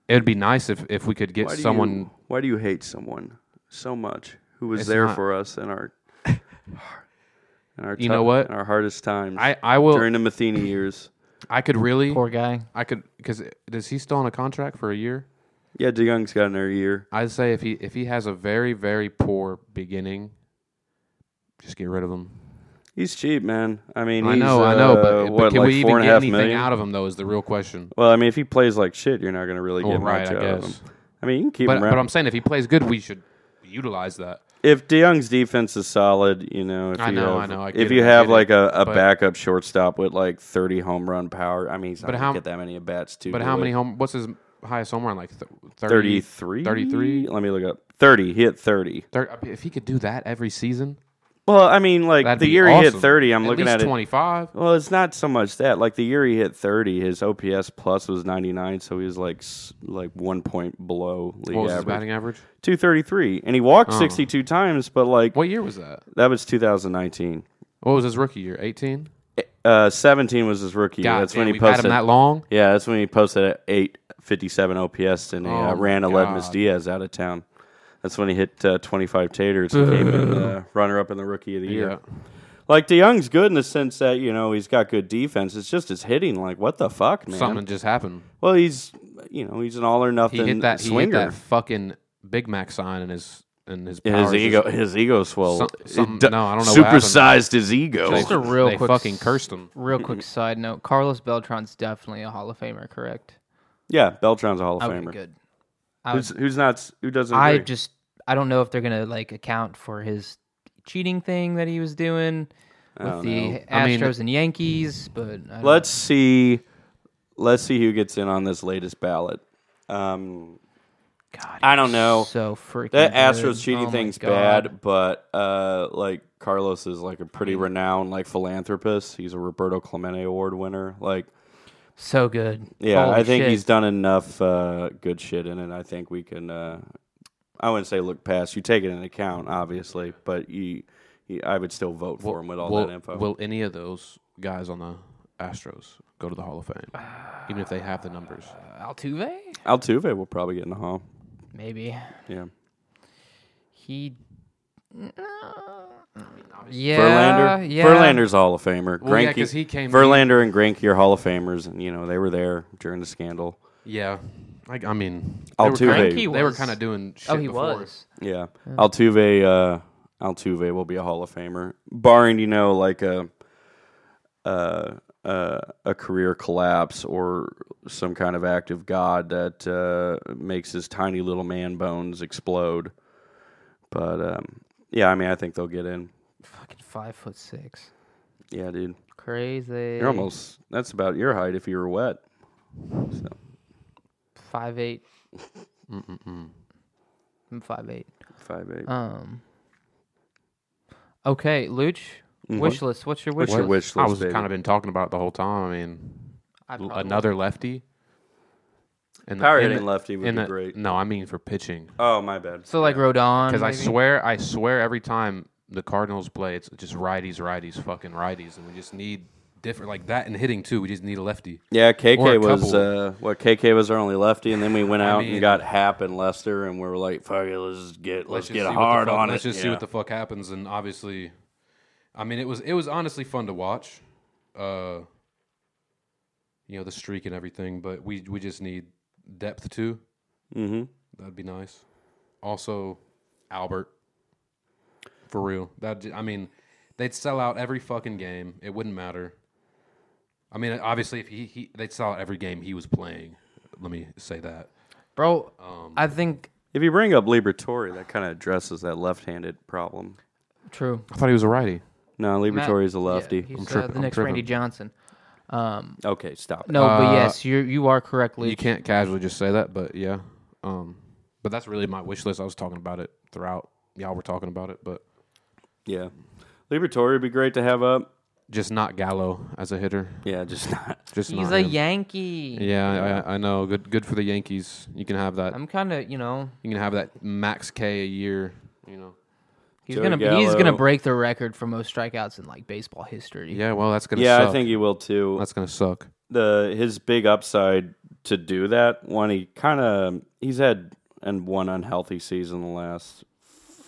C: It would be nice if if we could get
B: Why do
C: someone.
B: You, why do you hate someone so much who was
C: It's
B: there
C: not-
B: for us in
C: [LAUGHS]
B: our in our
C: You
B: tou-
C: know what?
B: in our hardest times
C: I I will.
B: during the Matheny years?
C: I could really.
A: Poor guy.
C: I could because is he still on a contract for a year?
B: Yeah, DeYoung's got another year.
C: I'd say if he if he has a very very poor beginning, just get rid of him.
B: He's cheap, man. I mean,
C: I
B: he's,
C: know, I know,
B: uh,
C: but, but
B: what,
C: can
B: like
C: we
B: four
C: even
B: and a
C: get
B: half
C: anything
B: million?
C: out of him though? Is the real question.
B: Well, I mean, if he plays like shit, you're not going to really
C: Well,
B: get
C: Oh, right,
B: much
C: I
B: out of
C: guess.
B: him. I mean, you can keep
C: But
B: him
C: but
B: around.
C: I'm saying if he plays good, we should utilize that.
B: if DeYoung's defense is solid, you know, if
C: I
B: you
C: know, I
B: have,
C: know, I
B: if
C: get
B: you
C: it, I
B: have
C: get it,
B: like a, a
C: but-
B: backup shortstop with like 30 home run power, I mean, he's not
C: But
B: going
C: how-
B: to get that many at bats too.
C: But
B: do
C: how
B: it.
C: many home? What's his highest home run? Like th- 30,
B: 33
C: 33?
B: let me look up 30 he hit 30
C: thir- if he could do that every season,
B: well i mean like
C: that'd
B: the
C: be
B: year he hit
C: awesome.
B: 30 i'm
C: At
B: looking
C: least
B: at it
C: 25.
B: well it's not so much that like the year he hit 30 his ops plus was 99 so he was like s- like one point below league
C: What was his
B: average
C: batting Oh. average?
B: 233 and he walked 62 times but like
C: What year was that?
B: that was 2019
C: What was his rookie year? 18.
B: uh 17 was his rookie year.
C: God
B: that's
C: damn,
B: when he
C: we've
B: posted
C: had him that long.
B: yeah that's when he posted at 857 ops and he
C: Oh my
B: uh, ran Aledmus
C: God.
B: diaz out of town that's when he hit uh, 25 taters and came in
C: [LAUGHS]
B: uh, runner up in the rookie of the year.
C: Yeah.
B: Like DeYoung's good in the sense that you know he's got good defense. It's just his hitting. Like what the fuck, man?
C: Something just happened.
B: Well, he's you know he's an all or
C: He
B: nothing
C: hit that.
B: swinger.
C: He hit that fucking Big Mac sign in his in his.
B: And
C: powers
B: his ego,
C: just-
B: his ego swelled.
C: Some- some-
B: It d-
C: no, I don't know what happened.
B: Supersized his ego.
C: They-
A: Just a real
C: they
A: quick
C: fucking
A: s-
C: cursed him.
A: Real
B: [CLEARS THROAT]
A: quick side note: Carlos Beltran's definitely a Hall of Famer, correct?
B: yeah, Beltran's a Hall of
A: I would be
B: Famer.
A: good.
B: Who's, who's not? s- Who doesn't?
A: I
B: agree?
A: just I don't know if they're gonna like account for his cheating thing that he was doing with the Astros
C: I mean-
A: and Yankees, but I don't-
B: Let's see. Let's see who gets in on this latest ballot. Um,
A: God,
B: I don't know.
A: so freaking
B: That
A: good.
B: Astros cheating
A: Oh my
B: thing's
A: God.
B: bad, but uh, like Carlos is like a pretty renowned like philanthropist. He's a Roberto Clemente Award winner. Like,
A: So good.
B: yeah,
A: Holy
B: I think
A: shit.
B: he's done enough uh, good shit in it. I think we can. Uh, I wouldn't say look past. You take it into account, obviously, but you, you I would still vote for him with all
C: will,
B: that info.
C: will any of those guys on the Astros go to the Hall of Fame, even if they have the numbers?
A: Altuve.
B: Altuve will probably get in the hall.
A: Maybe
B: Yeah,
A: he. Yeah,
B: Verlander.
A: Yeah.
B: Verlander's a Hall of Famer.
C: Well, yeah,
B: Greinke-
C: 'cause he came-
B: Verlander and Granky are Hall of Famers, and you know they were there during the scandal.
C: Yeah, I, I mean,
B: Altuve.
C: They
A: Greinke
C: were, they were
A: was.
C: kind of doing. Shit
A: Oh, he
C: before.
A: was.
B: Yeah. Altuve uh Altuve will be a Hall of Famer. Barring, you know, like a uh, uh, a career collapse or some kind of act of God that uh, makes his tiny little man bones explode. But um, yeah, I mean, I think they'll get in.
A: Fucking five foot six.
B: Yeah, dude,
A: Crazy.
B: you're almost. That's about your height if you were wet. So
A: five eight. I'm five eight.
B: five eight.
A: Um. Okay, Luch.
B: Mm-hmm.
A: Wish list. What's your wish
B: What's your
A: list?
B: wish
C: I
B: list,
C: was
B: baby?
C: kind of been talking about it the whole time. I mean,
A: I
C: l-
A: probably-
C: another lefty. And
B: Power hitting lefty would
C: in
B: be
C: the-
B: great.
C: No, I mean for pitching.
B: Oh, my bad.
A: So like Rodon.
C: Because I
A: maybe?
C: swear, I swear every time the Cardinals play, it's just righties, righties, fucking righties, and we just need different like that and hitting too. We just need a lefty.
B: Yeah,
C: Or a
B: KK was
C: couple.
B: uh, what KK was our only lefty, and then we went out
C: mean-
B: and got Hap and Lester, and we were like, "Fuck it, let's just get let's,
C: just
B: get a
C: see what the
B: hard
C: fuck-
B: on
C: Let's
B: it."
C: just see
B: Yeah.
C: what the fuck happens. And obviously, I mean, it was it was honestly fun to watch. Uh, you know the streak and everything, but we we just need depth too.
B: Mhm.
C: That'd be nice. Also, Albert. For real, that I mean, they'd sell out every fucking game. It wouldn't matter. I mean, obviously, if he, he they'd sell out every game he was playing. Let me say that.
A: bro.
C: Um,
A: I think
B: If you bring up Liberatore, that kind of addresses that left-handed problem.
A: true.
C: I thought he was a righty.
B: No,
A: Matt-
B: Liberatore is a
A: yeah,
B: lefty.
A: he's, uh,
C: tripping,
A: the
C: I'm
A: next
C: tripping.
A: Randy Johnson. Um.
B: Okay, stop. it.
A: No, but
C: Uh,
A: yes, you you are correct, Luch.
C: You can't casually just say that, but yeah. Um, but that's really my wish list. I was talking about it throughout. Y'all were talking about it, but
B: Yeah, Liberatore would be great to have up.
C: just not Gallo as a hitter.
B: Yeah, just not.
C: Just
A: He's
C: not
A: a
C: him.
A: Yankee.
C: Yeah, I, I know. Good, good for the Yankees. You can have that.
A: I'm kind of you know
C: You can have that max K a year. You know.
A: he's
B: Joey
A: gonna he's gonna
B: Gallo.
A: break the record for most strikeouts in like baseball history.
C: Yeah, well, that's gonna.
B: Yeah,
C: suck.
B: I think he will too.
C: that's gonna suck.
B: the his big upside to do that one he kind of he's had and one unhealthy season the last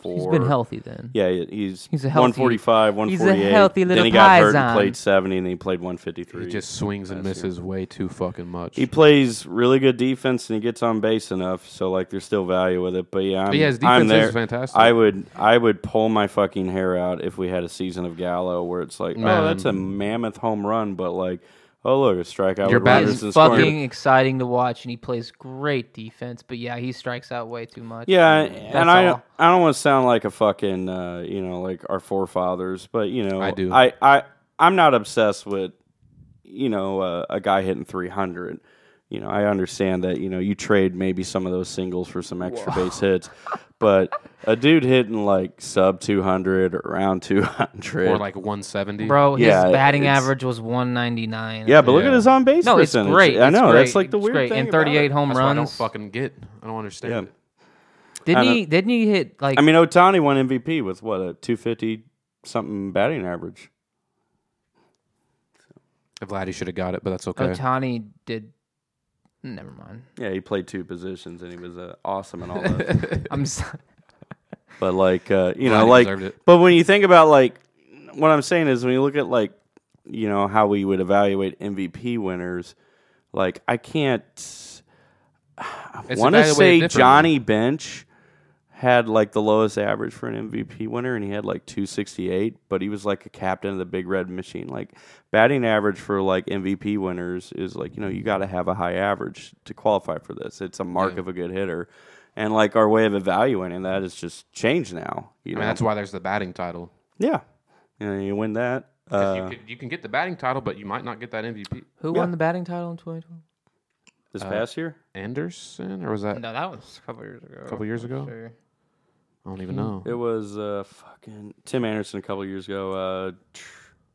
B: four.
A: He's been healthy then.
B: Yeah, he- he's
A: He's a healthy-
B: 145,
A: he's a
B: 148.
A: healthy little
B: Then he got hurt
A: paisan.
B: and played 70, and then he played 153.
C: He just swings and misses way too fucking much.
B: he plays really good defense and he gets on base enough, so like there's still value with it. But yeah, I'm,
C: yeah, his
B: I'm
C: defense
B: there.
C: is fantastic.
B: I would I would pull my fucking hair out if we had a season of Gallo where it's like,
C: Man.
B: oh, that's a mammoth home run, but like, oh look, a strikeout.
C: Your
B: with
A: That
C: bat
B: runners
A: is
B: in scoring
A: fucking exciting to watch, and he plays great defense. But yeah, he strikes out way too much.
B: Yeah, and I
A: all.
B: I don't want to sound like a fucking uh, you know like our forefathers, but you know
C: I do.
B: I I I'm not obsessed with you know uh, a guy hitting 300. You know I understand that you know you trade maybe some of those singles for some extra base hits, but a dude hitting like sub 200 or around 200
C: or like 170.
A: bro, his
B: Yeah,
A: batting
B: it's-
A: average was 199.
B: yeah, but look
C: yeah.
B: at his on base
A: no, it's
B: percentage.
A: great.
B: I
A: It's
B: know that's
A: great.
B: like the
A: It's
B: weird
A: great.
B: thing.
A: And
B: about it.
A: 38 home
C: That's why I
A: runs.
C: don't fucking get. I don't understand.
B: Yeah.
C: it.
A: didn't
B: I don't-
A: he? Didn't he hit like?
B: I mean, Otani won MVP with what a 250 something batting average.
C: Vlad, should have got it, but that's okay.
A: Otani did. Never mind.
B: Yeah, he played two positions and he was uh, awesome and all
C: [LAUGHS]
B: that.
A: [LAUGHS] I'm. So-
B: but like, uh, you
C: Glad
B: know,
C: he
B: like,
C: deserved it.
B: but when you think about like, what I'm saying is when you look at like, you know, how we would evaluate MVP winners, like I can't. [SIGHS] I
C: It's
B: want to
C: evaluated
B: say
C: differently.
B: Johnny Bench had like the lowest average for an MVP winner, and he had like 268, but he was like a captain of the Big Red Machine. Like batting average for like MVP winners is like you know you got to have a high average to qualify for this. It's a mark of a good hitter, and like our way of evaluating that has just changed now. You
C: I
B: know,
C: mean, that's why there's the batting title.
B: yeah, you know, you win that.
C: 'Cause
B: uh,
C: you, could, you can get the batting title, but you might not get that MVP.
A: Who won the batting title in 2020?
B: this past year.
C: Anderson, or was that?
A: No, that was a couple years ago. A
C: Couple years ago? I don't even know.
B: It was uh, fucking Tim Anderson a couple years ago. Uh, tr-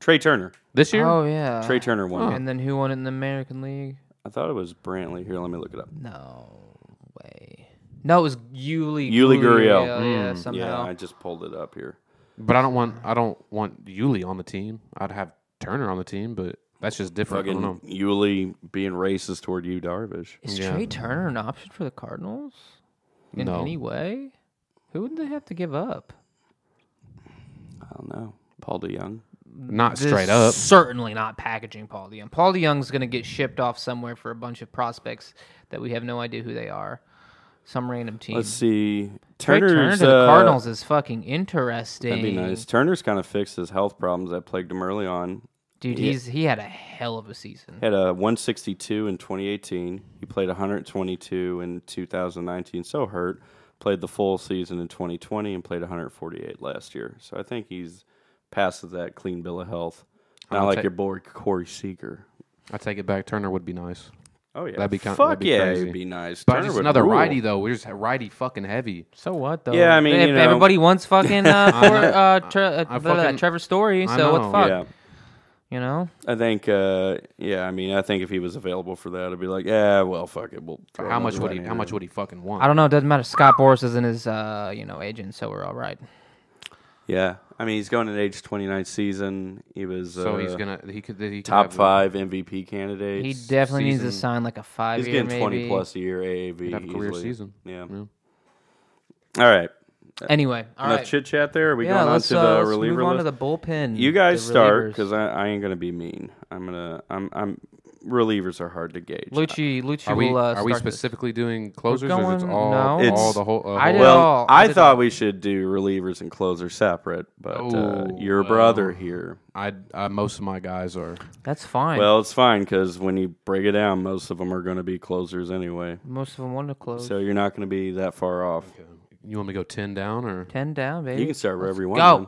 B: Trey Turner.
C: This year?
A: Oh yeah.
B: Trey Turner won. it.
A: And then who won it in the American League?
B: I thought it was Brantley. Here, let me look it up.
A: No way. No, it was Yuli. Hmm.
B: Yuli Gurriel.
A: Yeah,
B: Yeah,
A: somehow.
B: I just pulled it up here.
C: But I don't want. I don't want Yuli on the team. I'd have Turner on the team, but that's just different. I don't know.
B: Fucking Yuli being racist toward you, Darvish.
A: Is
C: Yeah.
A: Trey Turner an option for the Cardinals in
C: No.
A: any way? Who would they have to give up?
B: I don't know. Paul DeYoung.
C: Not
A: This
C: straight up.
A: Certainly not packaging Paul DeYoung. Paul DeYoung's going to get shipped off somewhere for a bunch of prospects that we have no idea who they are. Some random team.
B: Let's see.
A: Trey Turner
B: Turner's
A: to
B: uh,
A: the Cardinals is fucking interesting.
B: That'd be nice. Turner's kind of fixed his health problems that plagued him early on.
A: Dude, he's he had a hell of a season.
B: Had a 162 in 2018. He played 122 in 2019. So hurt. Played the full season in 2020 and played 148 last year. So I think he's passes that clean bill of health. Not
C: I'll
B: like
C: take-
B: your boy Corey Seager.
C: I take it back. Turner would be nice.
B: Oh yeah,
C: That'd be kin-
B: fuck
C: that'd be
B: yeah,
C: crazy.
B: it'd be nice.
C: But
B: Turner
C: just
B: would
C: another
B: rule.
C: righty though. We're just righty fucking heavy.
A: So what though?
B: Yeah, I mean,
A: if
B: you know-
A: everybody wants fucking
B: [LAUGHS]
A: uh, for, uh, tre- uh,
C: I
A: blah, blah,
C: fucking-
A: Trevor Story,
C: I
A: so what the
C: know.
A: fuck?
B: Yeah,
A: You know,
B: I think. Uh, yeah, I mean, I think if he was available for that, I'd be like, yeah, well, fuck it. We'll
C: But
B: throw
C: how much
B: another
C: would he?
B: righty
C: How
B: in.
C: much would he fucking want?
A: I don't know. It doesn't matter. Scott Boris isn't his uh, you know agent, so we're all right.
B: Yeah, I mean, he's going in age 29 season. He was
C: so he's
B: uh,
C: gonna. He could. He could
B: top
C: have-
B: five MVP candidate.
A: He definitely needs to
B: season.
A: sign like a five
B: He's
A: year,
B: getting
A: maybe.
B: 20 plus a year AAV.
C: He'd have a career
B: easily.
C: season.
B: Yeah.
C: Yeah.
B: All right.
A: Anyway, all
B: Enough
A: right.
B: chit chat there. Are we
A: yeah,
B: going on
A: let's,
B: to the
A: uh, let's
B: reliever
A: move on
B: list?
A: to the bullpen.
B: you guys
A: the
B: start
A: relievers.
B: because I, I ain't gonna be mean. I'm gonna. I'm. I'm. Relievers are hard to gauge.
A: Lucci, Lucci
C: Are we?
A: will. Uh,
C: are we
A: start this.
C: specifically doing closers? or is it
A: going-
C: all?
A: no.
C: all
B: It's-
C: the whole. Uh,
A: I
C: whole-
A: did all-
B: Well,
A: I
B: I
A: did
B: thought we should do relievers and closer separate, but uh,
C: Oh,
B: your
C: well.
B: brother here.
C: I, I most of my guys are.
A: That's fine.
B: Well, it's fine because when you break it down, most of them are going to be closers anyway.
A: most of them want to close.
B: So you're not going to be that far off.
C: You want me to go ten down or
A: Ten down, baby.
B: You can start wherever you want.
A: go.
B: man.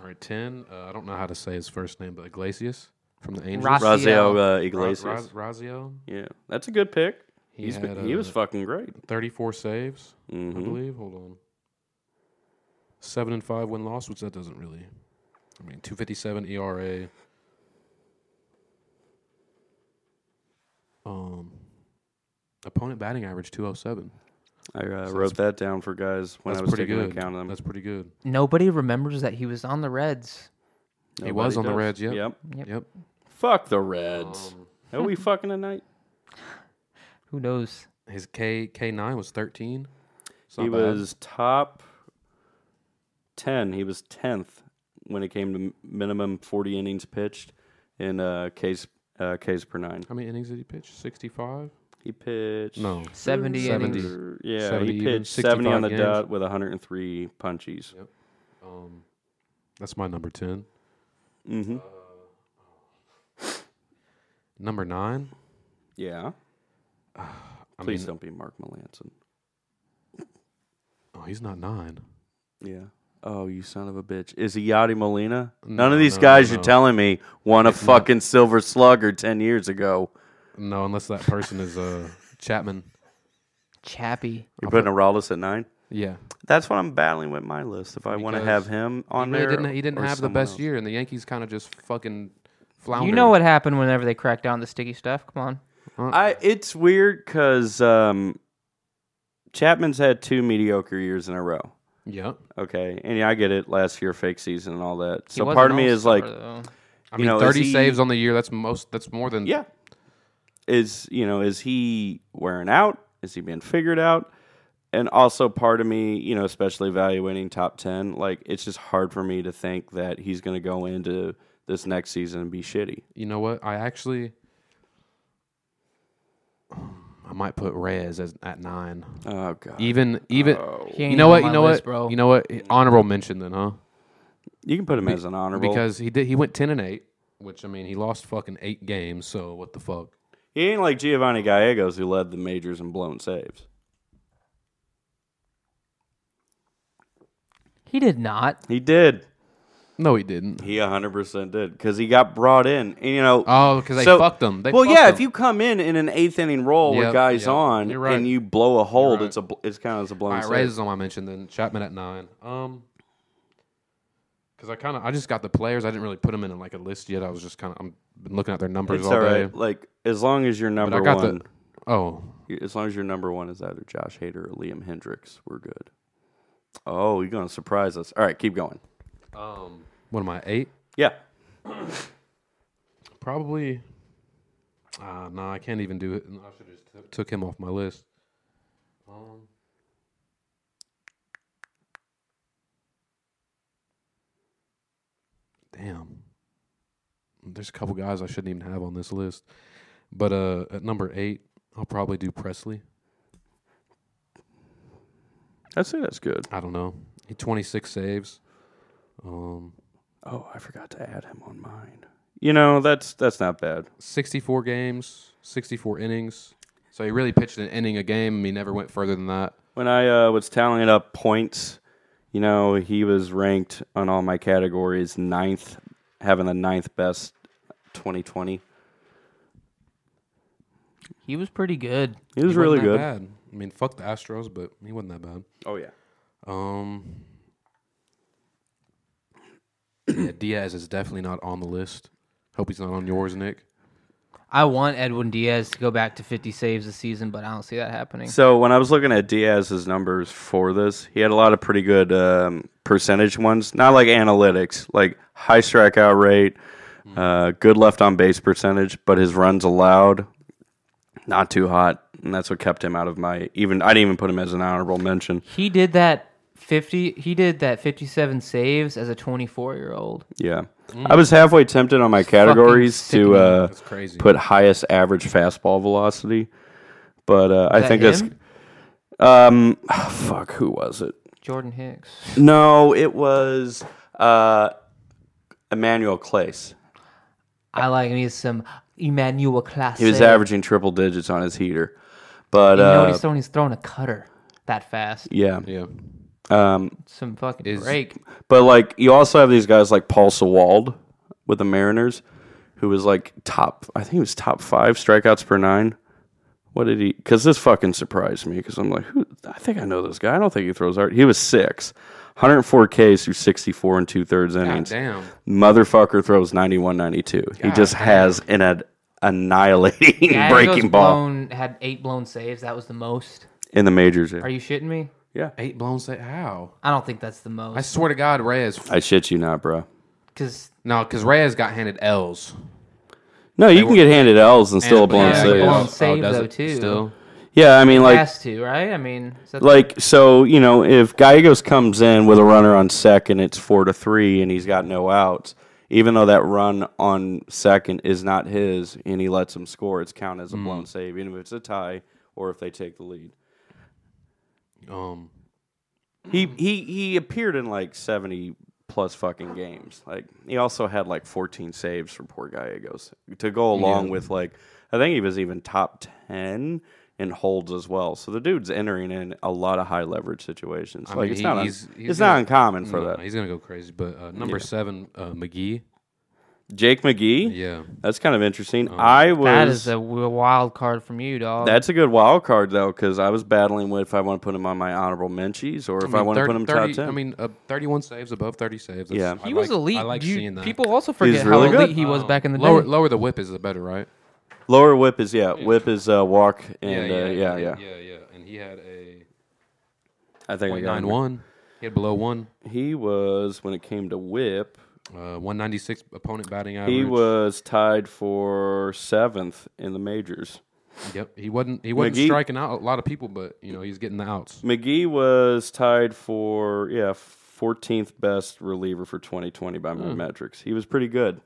C: all right ten? Uh, I don't know how to say his first name, but Iglesias from the
A: Ros-
C: Angels.
B: Raziel uh,
C: Ra-
B: Iglesias.
C: Ra- Razio.
B: yeah, that's a good pick.
C: He
B: He's
C: had,
B: been, he
C: uh,
B: was fucking great.
C: 34 saves, I
B: Mhm.
C: believe. Hold on. Seven and five win loss, which that doesn't really. I mean, E 257 ERA. Um, opponent batting average 207.
B: I uh, wrote that down for guys when
C: That's
B: I was
C: pretty
B: taking
C: good.
B: account of them.
C: That's pretty good.
A: Nobody remembers that he was on the Reds.
C: he was on
B: Nobody
C: the
B: does.
C: Reds, yep.
B: Yep.
A: Yep.
C: Yep.
B: Fuck the Reds.
C: Um,
B: Are
C: [LAUGHS]
B: we fucking tonight?
A: Who knows?
C: his K K9 was 13. It's
B: He
C: not bad.
B: was top ten. He was tenth when it came to m- minimum forty innings pitched in uh, case uh, case per nine.
C: How many innings did he pitch? 65?
B: He pitched
C: No.
A: 70
C: 70.
A: innings.
B: Yeah,
C: 70
B: he
C: even,
B: pitched seventy on
C: 65
B: the
C: games.
B: dot with one hundred and three punchies.
C: Um, that's my number 10.
B: Mm-hmm.
C: Uh, Number nine.
B: Yeah.
C: I
B: Please
C: mean,
B: don't be Mark Melanson.
C: Oh, he's not nine.
B: Yeah. Oh, you son of a bitch. Is he Yachty Molina? None
C: No,
B: of these
C: no,
B: guys
C: no,
B: you're
C: no.
B: telling me won a fucking silver slugger 10 years ago.
C: No, unless that person is uh, Chapman.
A: Chappie.
B: You're putting Araldis at nine?
C: Yeah,
B: That's what I'm battling with my list. If I want to
C: Because
B: have him on
C: he really
B: there.
C: didn't. He didn't
B: or
C: have the
B: someone
C: best
B: else.
C: year, and the Yankees kind of just fucking floundered.
A: You know what happened whenever they cracked down on the sticky stuff? Come on.
B: I, it's weird because um, Chapman's had two mediocre years in a row.
C: Yeah,
B: Okay. And yeah, I get it. Last year, fake season and all that.
A: He
B: So
A: was
B: part
A: an
B: of me is
A: all-star,
B: like,
A: though.
C: I
B: You
C: mean,
B: know, is
C: thirty
B: he-
C: saves on the year. That's most. That's more than.
B: Yeah. Is you know, is he wearing out? Is he being figured out? And also part of me, you know, especially evaluating top ten, like it's just hard for me to think that he's gonna go into this next season and be shitty.
C: You know what? I actually, I might put Reyes as, at nine.
B: Oh god.
C: Even even.
A: Oh. He ain't
C: You know
A: even on
C: what? You
A: my
C: know
A: list,
C: what?
A: bro?
C: You know what? Honorable mention then, huh?
B: You can put him as an honorable
C: Because he did. He went ten and eight, which I mean, he lost fucking eight games. So what the fuck?
B: he ain't like Giovanni Gallegos who led the majors in blown saves.
A: He did not.
B: He did.
C: No, he didn't.
B: He hundred percent did. Because he got brought in. And, you know
C: Oh, because they
B: So-
C: fucked them. They
B: well,
C: fucked
B: yeah.
C: them.
B: If you come in in an eighth inning roll with
C: Yep,
B: guys
C: yep.
B: on
C: You're right.
B: and you blow a hold,
C: right.
B: it's a bl- it's kind of as a blown
C: all right,
B: save.
C: Reyes is on my mention then Chapman at nine. Um, because I kind of I just got the players. I didn't really put them in like a list yet. I was just kind of I'm been looking at their numbers
B: It's
C: all,
B: all
C: day.
B: right. Like as long as your
C: But I
B: number
C: got
B: one,
C: the oh
B: as long as your number one is either Josh Hader or Liam Hendricks, we're good. Oh, you're gonna surprise us. All right, keep going.
C: um what am I eight?
B: Yeah,
C: Probably. Ah, no, I can't even do it. I should have just took- took him off my list. Um, damn. There's a couple guys I shouldn't even have on this list. But uh, at number eight, I'll probably do Presley.
B: I'd say that's good.
C: I don't know. He 26 saves. Um,
B: Oh, I forgot to add him on mine. You know, that's that's not bad.
C: 64 games, 64 innings. So he really pitched an inning a game. He never went further than that.
B: When I uh, was tallying up points, you know, he was ranked on all my categories ninth, having the ninth best 2020.
A: He was pretty good.
B: He was
C: He wasn't
B: really
C: that
B: good.
C: Bad. I mean, fuck the Astros, but he wasn't that bad.
B: Oh yeah.
C: Um, [CLEARS THROAT] yeah, Diaz is definitely not on the list. Hope he's not on yours, Nick.
A: I want Edwin Diaz to go back to 50 saves a season, but I don't see that happening.
B: So when I was looking at Diaz's numbers for this, he had a lot of pretty good um, percentage ones. Not like analytics, like high strikeout rate, uh, good left on base percentage, but his runs allowed not too hot, and that's what kept him out of my even. I didn't even put him as an honorable mention.
A: He did that 50. He did that 57 saves as a 24 year old.
B: Yeah, I was halfway tempted on my categories to
A: sickening.
B: uh,
C: That's crazy.
B: put highest average fastball velocity, but uh, I
A: that
B: think
A: him?
B: that's um, [SIGHS] fuck. Who was it?
A: Jordan Hicks.
B: No, it was uh, Emmanuel Clace.
A: I like me some Emmanuel Class.
B: He was averaging triple digits on his heater, but
A: You know
B: uh,
A: what he's throwing? He's throwing a cutter that fast.
B: yeah.
C: Yeah.
B: Um,
A: Some fucking
C: Is-
A: break.
B: but like you also have these guys like Paul Sewald with the Mariners, who was like top. I think he was top five strikeouts per nine. What did he? Because this fucking surprised me. Because I'm like, who? I think I know this guy. I don't think he throws hard. He was six. 104 Ks through 64 and two thirds
C: God
B: innings.
C: damn.
B: motherfucker throws 91 92 he just has an ad- [LAUGHS] annihilating
A: Gallagher's
B: breaking ball
A: Blown, had eight blown saves. That was the most.
B: in the majors yeah.
A: Are you shitting me?
C: Eight blown say how?
A: I don't think that's the
C: I
A: most.
C: swear to God, Reyes.
B: i shit you not bro
A: Because
C: No, because Reyes got handed L's.
B: no you can get handed l's and still a
C: And-
B: blown
A: yeah,
B: save
A: blown
B: yeah.
A: blown save,
C: does
A: though,
C: it
A: too.
C: Still.
B: i mean like
A: has to, right? I mean, is that the-
B: like so you know if gallegos comes in with a runner on second it's four to three and he's got no outs even though that run on second is not his and he lets him score it's
A: Hmm.
B: counted as a blown save even if it's a tie or if they take the lead
C: Um,
B: He he he appeared in like seventy plus fucking games. Like he also had like fourteen saves for poor Gallegos to go along with like I think he was even top ten in holds as well. So the dude's entering in a lot of high leverage situations.
C: I
B: like
C: mean,
B: it's
C: he-
B: not un-
C: he's- he's mm,
B: it's
C: gonna-
B: not uncommon for
C: no,
B: that.
C: He's gonna go crazy. But uh, number seven, uh, McGee.
B: Jake McGee.
C: Yeah.
B: That's kind of interesting. I was
A: that is a w- wild card from you, dog.
B: that's a good wild card though, because I was battling with if I want to put him on my honorable mentions or if I,
C: mean,
B: want
C: 30
B: to put him
C: 30
B: top ten.
C: I mean, uh, 31 saves, above 30 saves. That's-
B: Yeah.
C: I
A: he was
C: like-
A: elite.
C: I like
A: You-
C: seeing that.
A: People also forget
B: really
A: how elite
B: good.
A: he was
C: Um,
A: back in the
C: lower,
A: day.
C: Lower the whip is the better, right?
B: Lower whip is yeah, whip is uh, walk and yeah, uh, yeah, yeah.
C: yeah, And he had a
B: I think I got him.
C: nine one. He had below one,
B: He was when it came to whip.
C: uh, one ninety six opponent batting average.
B: He was tied for seventh in the majors.
C: Yep, he wasn't. He wasn't
B: McGee-
C: striking out a lot of people, but you know he's getting the outs.
B: McGee was tied for yeah fourteenth best reliever for 2020 by
C: Hmm.
B: my metrics. He was pretty good.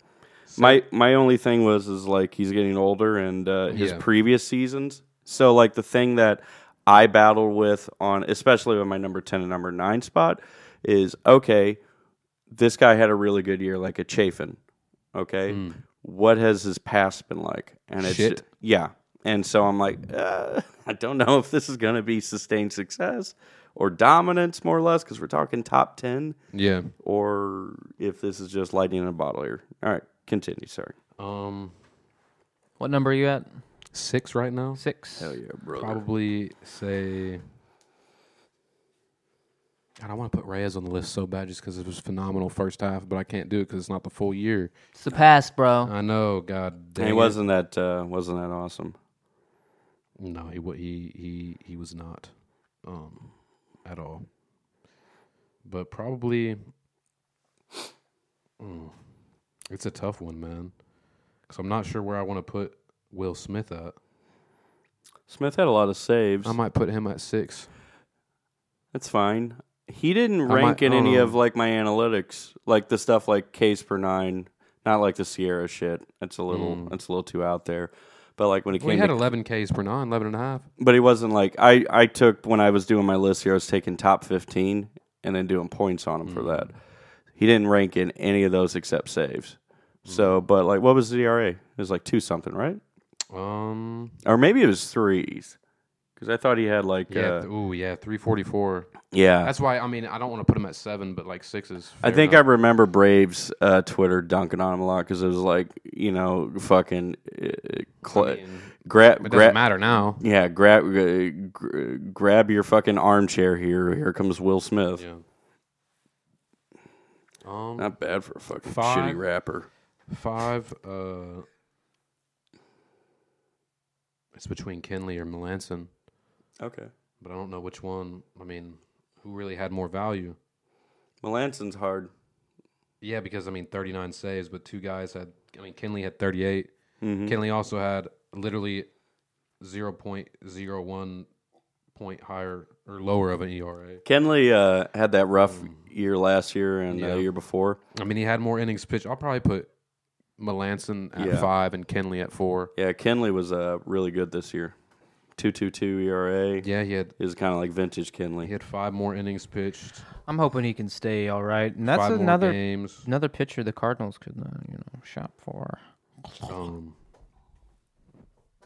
B: My my only thing was is like he's getting older and uh, his
C: Yeah.
B: previous seasons. So like the thing that I battle with on especially with my number ten and number nine spot is okay. This guy had a really good year, like a Chafin. Okay, what has his past been like? And it's
C: Shit.
B: yeah. And so I'm like, uh, [LAUGHS] I don't know if this is going to be sustained success or dominance, more or less, because we're talking top ten
C: Yeah.
B: or if this is just lightning in a bottle here. All right, continue. Sorry.
C: Um,
A: what number are you at?
C: six right now.
A: Six.
B: yeah, bro.
C: Probably say. God, I want to put Reyes on the list so bad just because it was phenomenal first half, but I can't do it because it's not the full year.
A: It's the past, bro.
C: I know. God damn.
B: And he
C: it.
B: wasn't that uh, wasn't that awesome.
C: No, he wa- he he he was not, um, at all. But probably, Mm. it's a tough one, man. Because I'm not sure where I want to put Will Smith at.
B: Smith had a lot of saves.
C: I might put him at six.
B: That's fine. He didn't
C: I
B: rank
C: might-
B: in
C: I don't
B: any
C: know.
B: of like my analytics, like the stuff like case per nine, not like the Sierra shit. That's a little that's a little too out there. But like when it
C: Hmm. Well, he
B: came
C: had
B: to
C: 11 Ks per nine, 11 and a half.
B: but he wasn't like I, I took when I was doing my list here, I was taking top fifteen
C: Hmm.
B: and then doing points on him for that. He didn't rank in any of those except saves.
C: Hmm.
B: So, but like, what was the ERA? It was like two something, right?
C: Um,
B: Or maybe it was threes, because I thought he had like
C: yeah.
B: yeah,
C: th- ooh, yeah. Three forty four.
B: yeah.
C: That's why. I mean, I don't want to put him at seven, but like six is.
B: I
C: fair
B: think I
C: enough.
B: remember Braves uh, Twitter dunking on him a lot because it was like you know fucking uh, cl-
C: I mean,
B: grab
C: It doesn't
B: grab
C: matter now.
B: yeah grab uh, gr- grab your fucking armchair here here comes Will Smith
C: Yeah. Um,
B: not bad for a fucking
C: Five.
B: shitty rapper
C: five. Uh, it's between Kenley or Melanson,
B: okay
C: but I don't know which one. I mean, who really had more value?
B: Melanson's hard
C: Yeah, because I mean, 39 saves, but two guys had. I mean, Kenley had 38. Kenley also had literally 0.01 point higher or lower of an E ERA.
B: Kenley uh, had that rough year last year and uh,
C: Mm. Yeah.
B: year before
C: I mean, he had more innings pitched. I'll probably put Melanson at
B: Yeah.
C: five and Kenley at four.
B: yeah Kenley was uh, really good this year two two two ERA
C: Yeah, he had
B: is kind of like vintage
C: he
B: Kenley
C: had five more innings pitched.
A: I'm hoping he can stay all right. And that's
C: five
A: another
C: more games.
A: another pitcher the Cardinals could uh, you know shop for.
C: Um,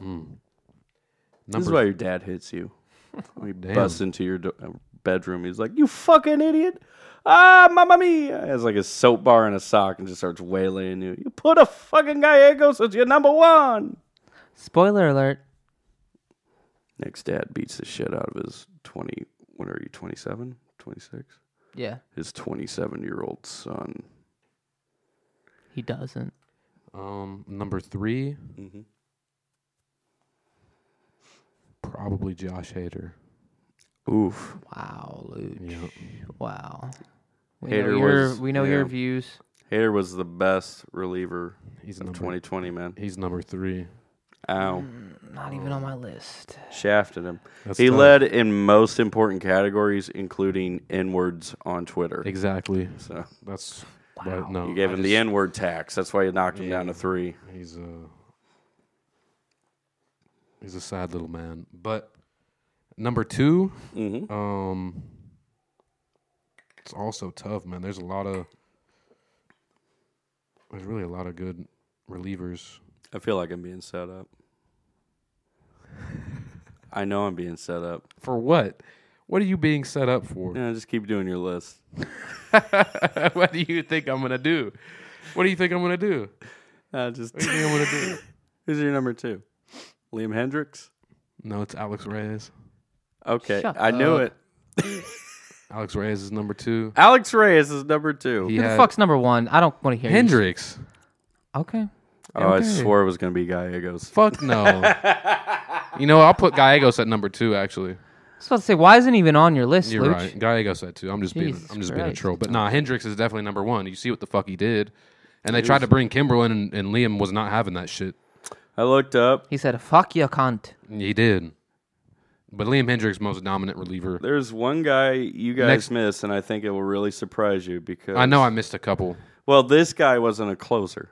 C: mm.
B: this is
C: Number
B: why your dad hits you. He
C: Damn.
B: busts into your do- uh, bedroom. He's like, "You fucking idiot! Ah, mamma mia!" Has like a soap bar and a sock, and just starts waylaying you. You put a fucking Gallegos as your number one.
A: Spoiler alert.
B: Nick's dad beats the shit out of his twenty. What are you? 27? 26?
A: Yeah,
B: His twenty-seven-year-old son.
A: he doesn't.
C: um number 3
B: Mm-hmm.
C: probably Josh Hader.
B: Oof.
A: Wow, Luke.
C: Yeah.
A: Wow. We
B: Hater
A: know your
B: was-
A: we know your
B: yeah.
A: views.
B: Hader was the best reliever
C: He's
B: of
C: number
B: twenty twenty. Man,
C: he's number three.
B: ow,
A: Not even on my list.
B: shafted him.
C: That's
B: He
C: tough.
B: led in most important categories, including N words on Twitter.
C: Exactly.
B: So
C: That's but no.
B: you gave
C: I
B: him
C: just-
B: the N word tax. That's why you knocked him down to three.
C: He's a he's a sad little man. But number 2
B: Mm-hmm.
C: um, it's also tough, man. There's a lot of there's really a lot of good relievers.
B: I feel like I'm being set up. [LAUGHS] I know I'm being set up.
C: For what? What are you being set up for?
B: Yeah, just keep doing your list.
C: [LAUGHS] what do you think I'm gonna do? What do you think I'm gonna do?
B: Uh,
C: [LAUGHS]
B: just
C: What do you think I'm gonna do?
B: who's your number two? Liam Hendricks.
C: No, it's Alex Reyes.
B: Okay,
A: Shut
B: I knew
A: up.
B: it.
C: Alex Reyes is number two.
B: Alex Reyes is number two.
C: He
A: Who the
C: had-
A: fuck's number one? I don't want to hear you.
C: Hendricks.
A: Okay.
B: oh, I
A: Okay.
B: swore it was gonna be Gallegos.
A: [LAUGHS]
C: Fuck no. you know, I'll put Gallegos at number two. Actually,
A: I was about to say, why isn't he even on your list,
C: you're
A: Luke?
C: right. Gallegos at two. I'm just being
A: Jesus
C: I'm just being a
A: Christ.
C: troll. But nah, Hendricks is definitely number one. You see what the fuck he did, and they tried to bring Kimbrel in, and, and Liam was not having that shit.
B: I looked up.
A: He said, "Fuck you, cunt."
C: He did. But Liam Hendricks, most dominant reliever.
B: There's one guy you guys
C: Next-
B: miss, and I think it will really surprise you because
C: I know I missed a couple.
B: Well, this guy wasn't a closer.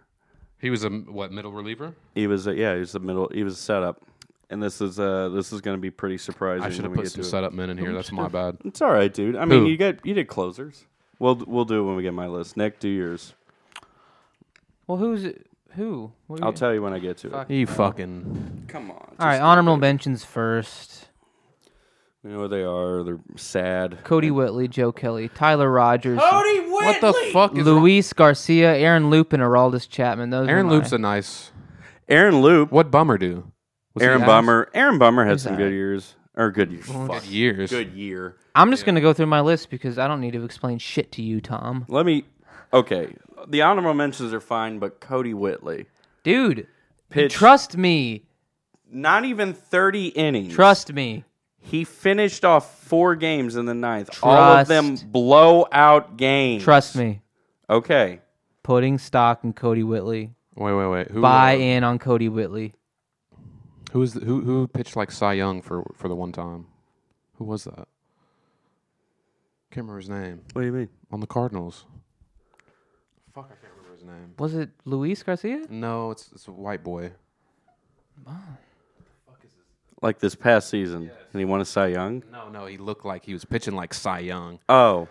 C: He was a m- what middle reliever?
B: He was a, yeah, he was the middle. He was a setup, and this is uh this is going to be pretty surprising.
C: I should have
B: when we
C: put
B: get
C: some
B: to it.
C: setup men in here. That's my bad.
B: It's all right, dude. I mean,
C: Who?
B: you got you did closers. We'll we'll do it when we get my list. Nick, do yours.
A: Well, who's who? What are
B: I'll
A: you-
B: tell you when I get to
A: Fuck.
C: He fucking.
B: it. Come on.
A: All right, honorable mentions first.
B: We know what they are. They're sad.
A: Cody Whitley, Joe Kelly, Tyler Rogers,
C: What the fuck is
A: Luis Garcia, Aaron Loop, and Araldis Chapman. Those
C: Aaron
A: are my-
C: Loop's a nice.
B: Aaron Loop.
C: What Bummer do? Was he
B: Aaron
C: ass?
B: Bummer. Aaron Bummer had some
A: all
B: good
A: right.
B: years or good years.
C: Good
B: Fuck.
C: years.
B: Good year.
A: I'm just gonna go through my list because I don't need to explain shit to you, Tom.
B: Let me. Okay, the honorable mentions are fine, but Cody Whitley.
A: Dude,
B: Pitch.
A: trust me,
B: Not even thirty innings.
A: trust me.
B: He finished off four games in the ninth. All of them
A: Trust.
B: blowout games.
A: Trust me.
B: Okay.
A: Putting stock in Cody Whitley.
C: Wait, wait, wait. Who,
A: Buy
C: uh,
A: in on Cody Whitley.
C: Who is the, who who pitched like Cy Young for for the one time? Who was that? Can't remember his name
B: What do you mean?
C: on the Cardinals. Fuck, I can't remember his name.
A: Was it Luis Garcia?
C: No, it's it's a white boy.
B: Like this past season, and he won a Cy Young.
C: No, no, he looked like he was pitching like Cy Young.
B: Oh,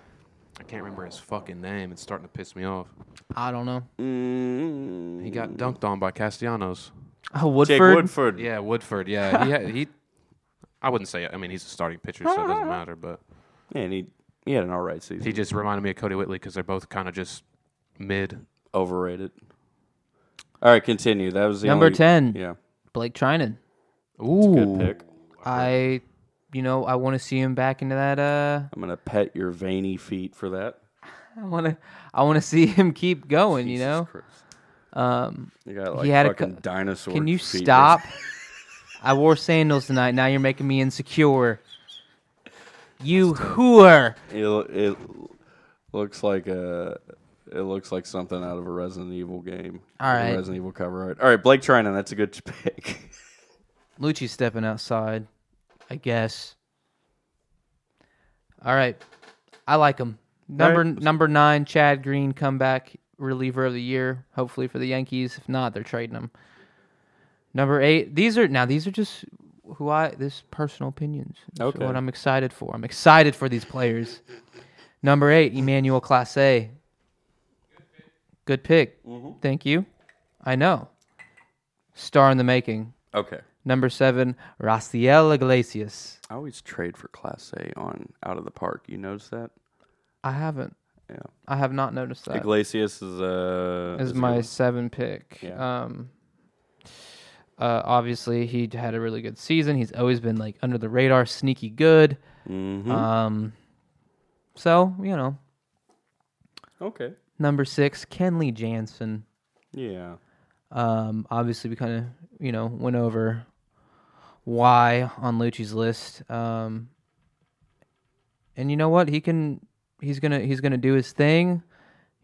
C: I can't remember his fucking name. It's starting to piss me off.
A: I don't know. Uh,
C: He got dunked on by Castellanos.
A: Oh,
B: Mm. Jake
A: Woodford.
B: Woodford.
C: Yeah, Woodford. Yeah, he had, [LAUGHS] he. I wouldn't say. I mean, he's a starting pitcher, so it [LAUGHS] doesn't matter. But
B: and he he had an all right season.
C: he just reminded me of Cody Whitley because they're both kind of just mid.
B: Overrated. All right, continue. That was the
A: Number
B: only-
A: 10.
B: Yeah,
A: Blake Trinan.
C: Ooh,
B: good pick.
A: I, you know, I want to see him back into that. Uh,
B: I'm gonna pet your veiny feet for that.
A: I want to, I want to see [LAUGHS] him keep going. you
B: Jesus
A: know,
B: Christ.
A: um,
B: you got
A: he
B: like
A: had a
B: fucking
A: cou-
B: dinosaur.
A: can you
B: feet. [LAUGHS]
A: stop? I wore sandals tonight. Now you're making me insecure. You hooer.
B: It, it looks like a. It looks like something out of a Resident Evil game.
A: All
B: A
A: right.
B: Resident Evil cover art. All right, Blake Trinan. That's a good pick. [LAUGHS]
A: Lucci's stepping outside, I guess. All right, I like him. Number number nine, Chad Green, comeback reliever of the year, hopefully for the Yankees. If not, they're trading him. Number eight, these are now these are just who I this personal opinions. So
B: Okay.
A: what I'm excited for, I'm excited for these players. Number eight, Emmanuel Classe. Good pick. Thank you. I know. Star in the making.
B: okay.
A: Number seven, Raciel Iglesias.
B: I always trade for Class A on Out of the Park. You notice that?
A: I haven't.
B: Yeah.
A: I have not noticed that.
B: Iglesias is uh
A: Is
B: a
A: my
B: good-
A: seven pick.
B: Yeah.
A: Um. Uh, obviously, he had a really good season. He's always been like under the radar, sneaky good.
B: Mm-hmm.
A: Um. So you know,
B: okay.
A: number six, Kenley Jansen.
B: Yeah.
A: Um, obviously, we kind of you know went over why on Lucci's list. Um, and you know what? He can. He's gonna. He's gonna do his thing.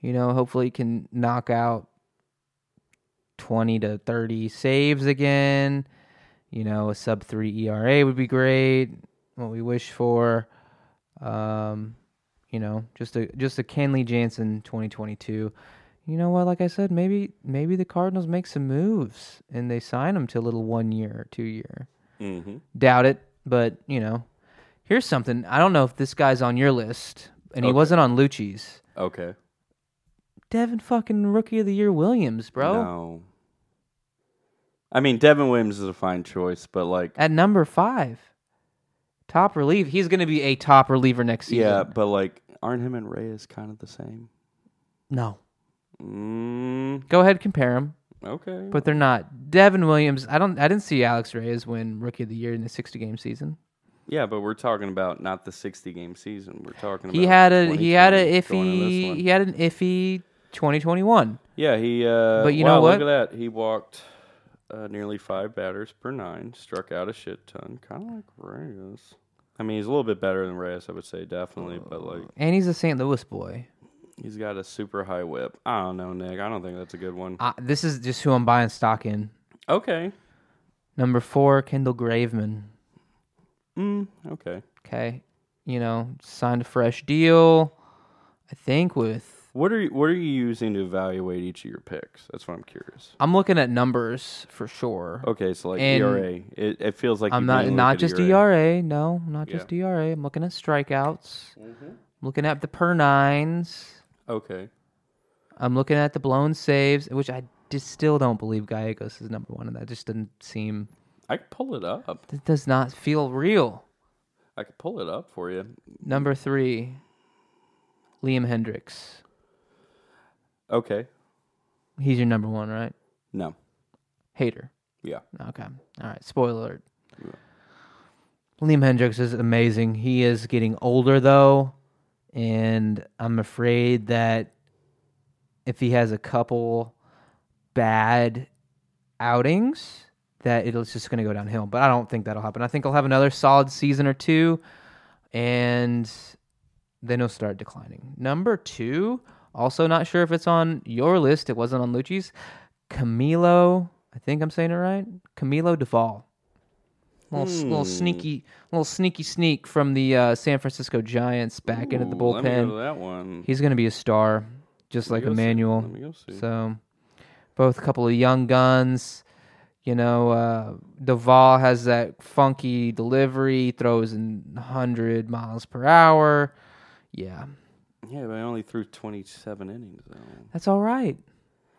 A: You know. Hopefully, he can knock out twenty to thirty saves again. You know, a sub three ERA would be great. What we wish for. Um, you know, just a just a Kenley Jansen twenty twenty two you know what? Like I said, maybe maybe the Cardinals make some moves and they sign him to a little one year or two year.
B: Mm-hmm.
A: Doubt it, but you know, here's something. I don't know if this guy's on your list, and he
B: Okay.
A: wasn't on Lucci's.
B: Okay.
A: Devin fucking Rookie of the Year Williams, bro.
B: No. I mean, Devin Williams is a fine choice, but like,
A: At number five, top relief. He's going to be a top reliever next season.
B: yeah, but like, aren't him and Reyes kind of the same?
A: No.
B: Mm,
A: Go ahead, compare him,
B: okay.
A: but they're not. Devin Williams. I don't. I didn't see Alex Reyes win Rookie of the Year in the sixty game season.
B: yeah, but we're talking about not the 60 game season. We're talking.
A: he had
B: about
A: a he had a
B: 2020 going into this
A: iffy
B: one.
A: he had an iffy 2021
B: Yeah, he. Uh,
A: But you
B: wow,
A: know what?
B: Look at that. He walked uh, nearly five batters per nine, struck out a shit ton, kind of like Reyes. I mean, he's a little bit better than Reyes, I would say, definitely. But like,
A: and he's a St. Louis boy.
B: he's got a super high whip. I don't know, Nick. I don't think that's a good one.
A: I, this is just who I'm buying stock in.
B: Okay.
A: Number 4 Kendall Graveman.
B: Mm, okay.
A: Okay. You know, signed a fresh deal I think with
B: What are you, what are you using to evaluate each of your picks? That's what I'm curious.
A: I'm looking at numbers for sure.
B: Okay, so like
A: And
B: ERA, it, it feels like
A: I'm
B: Oh, you
A: not
B: mainly
A: not
B: look at E
A: just E ERA, no, not just ERA. I'm looking at strikeouts.
B: Mm-hmm.
A: Looking at the per 9s.
B: Okay.
A: I'm looking at the blown saves, which I just still don't believe Gallegos is number one, and that just doesn't seem.
B: I could pull it up.
A: That does not feel real.
B: I could pull it up for you.
A: Number three, Liam Hendricks.
B: Okay.
A: He's your number one, right?
B: No.
A: Hater.
B: Yeah.
A: Okay. All right. Spoiler alert. Liam Hendricks is amazing. He is getting older though, and I'm afraid that if he has a couple bad outings, that it's just going to go downhill. But I don't think that'll happen. I think he'll have another solid season or two, and then he'll start declining. Number two, also not sure if it's on your list. It wasn't on Lucci's. Camilo, I think I'm saying it right. Camilo Duvall. Little, s little sneaky, little sneaky sneak from the uh, San Francisco Giants back into the
B: Ooh, Let me go to
A: bullpen.
B: that one.
A: He's going to be a star, just like
B: go see-
A: Emmanuel.
B: Let me go see.
A: So, both a couple of young guns. You know, uh, Duvall has that funky delivery, throws in 100 miles per hour. Yeah.
B: Yeah, but I only threw 27 innings, though.
A: That's all right.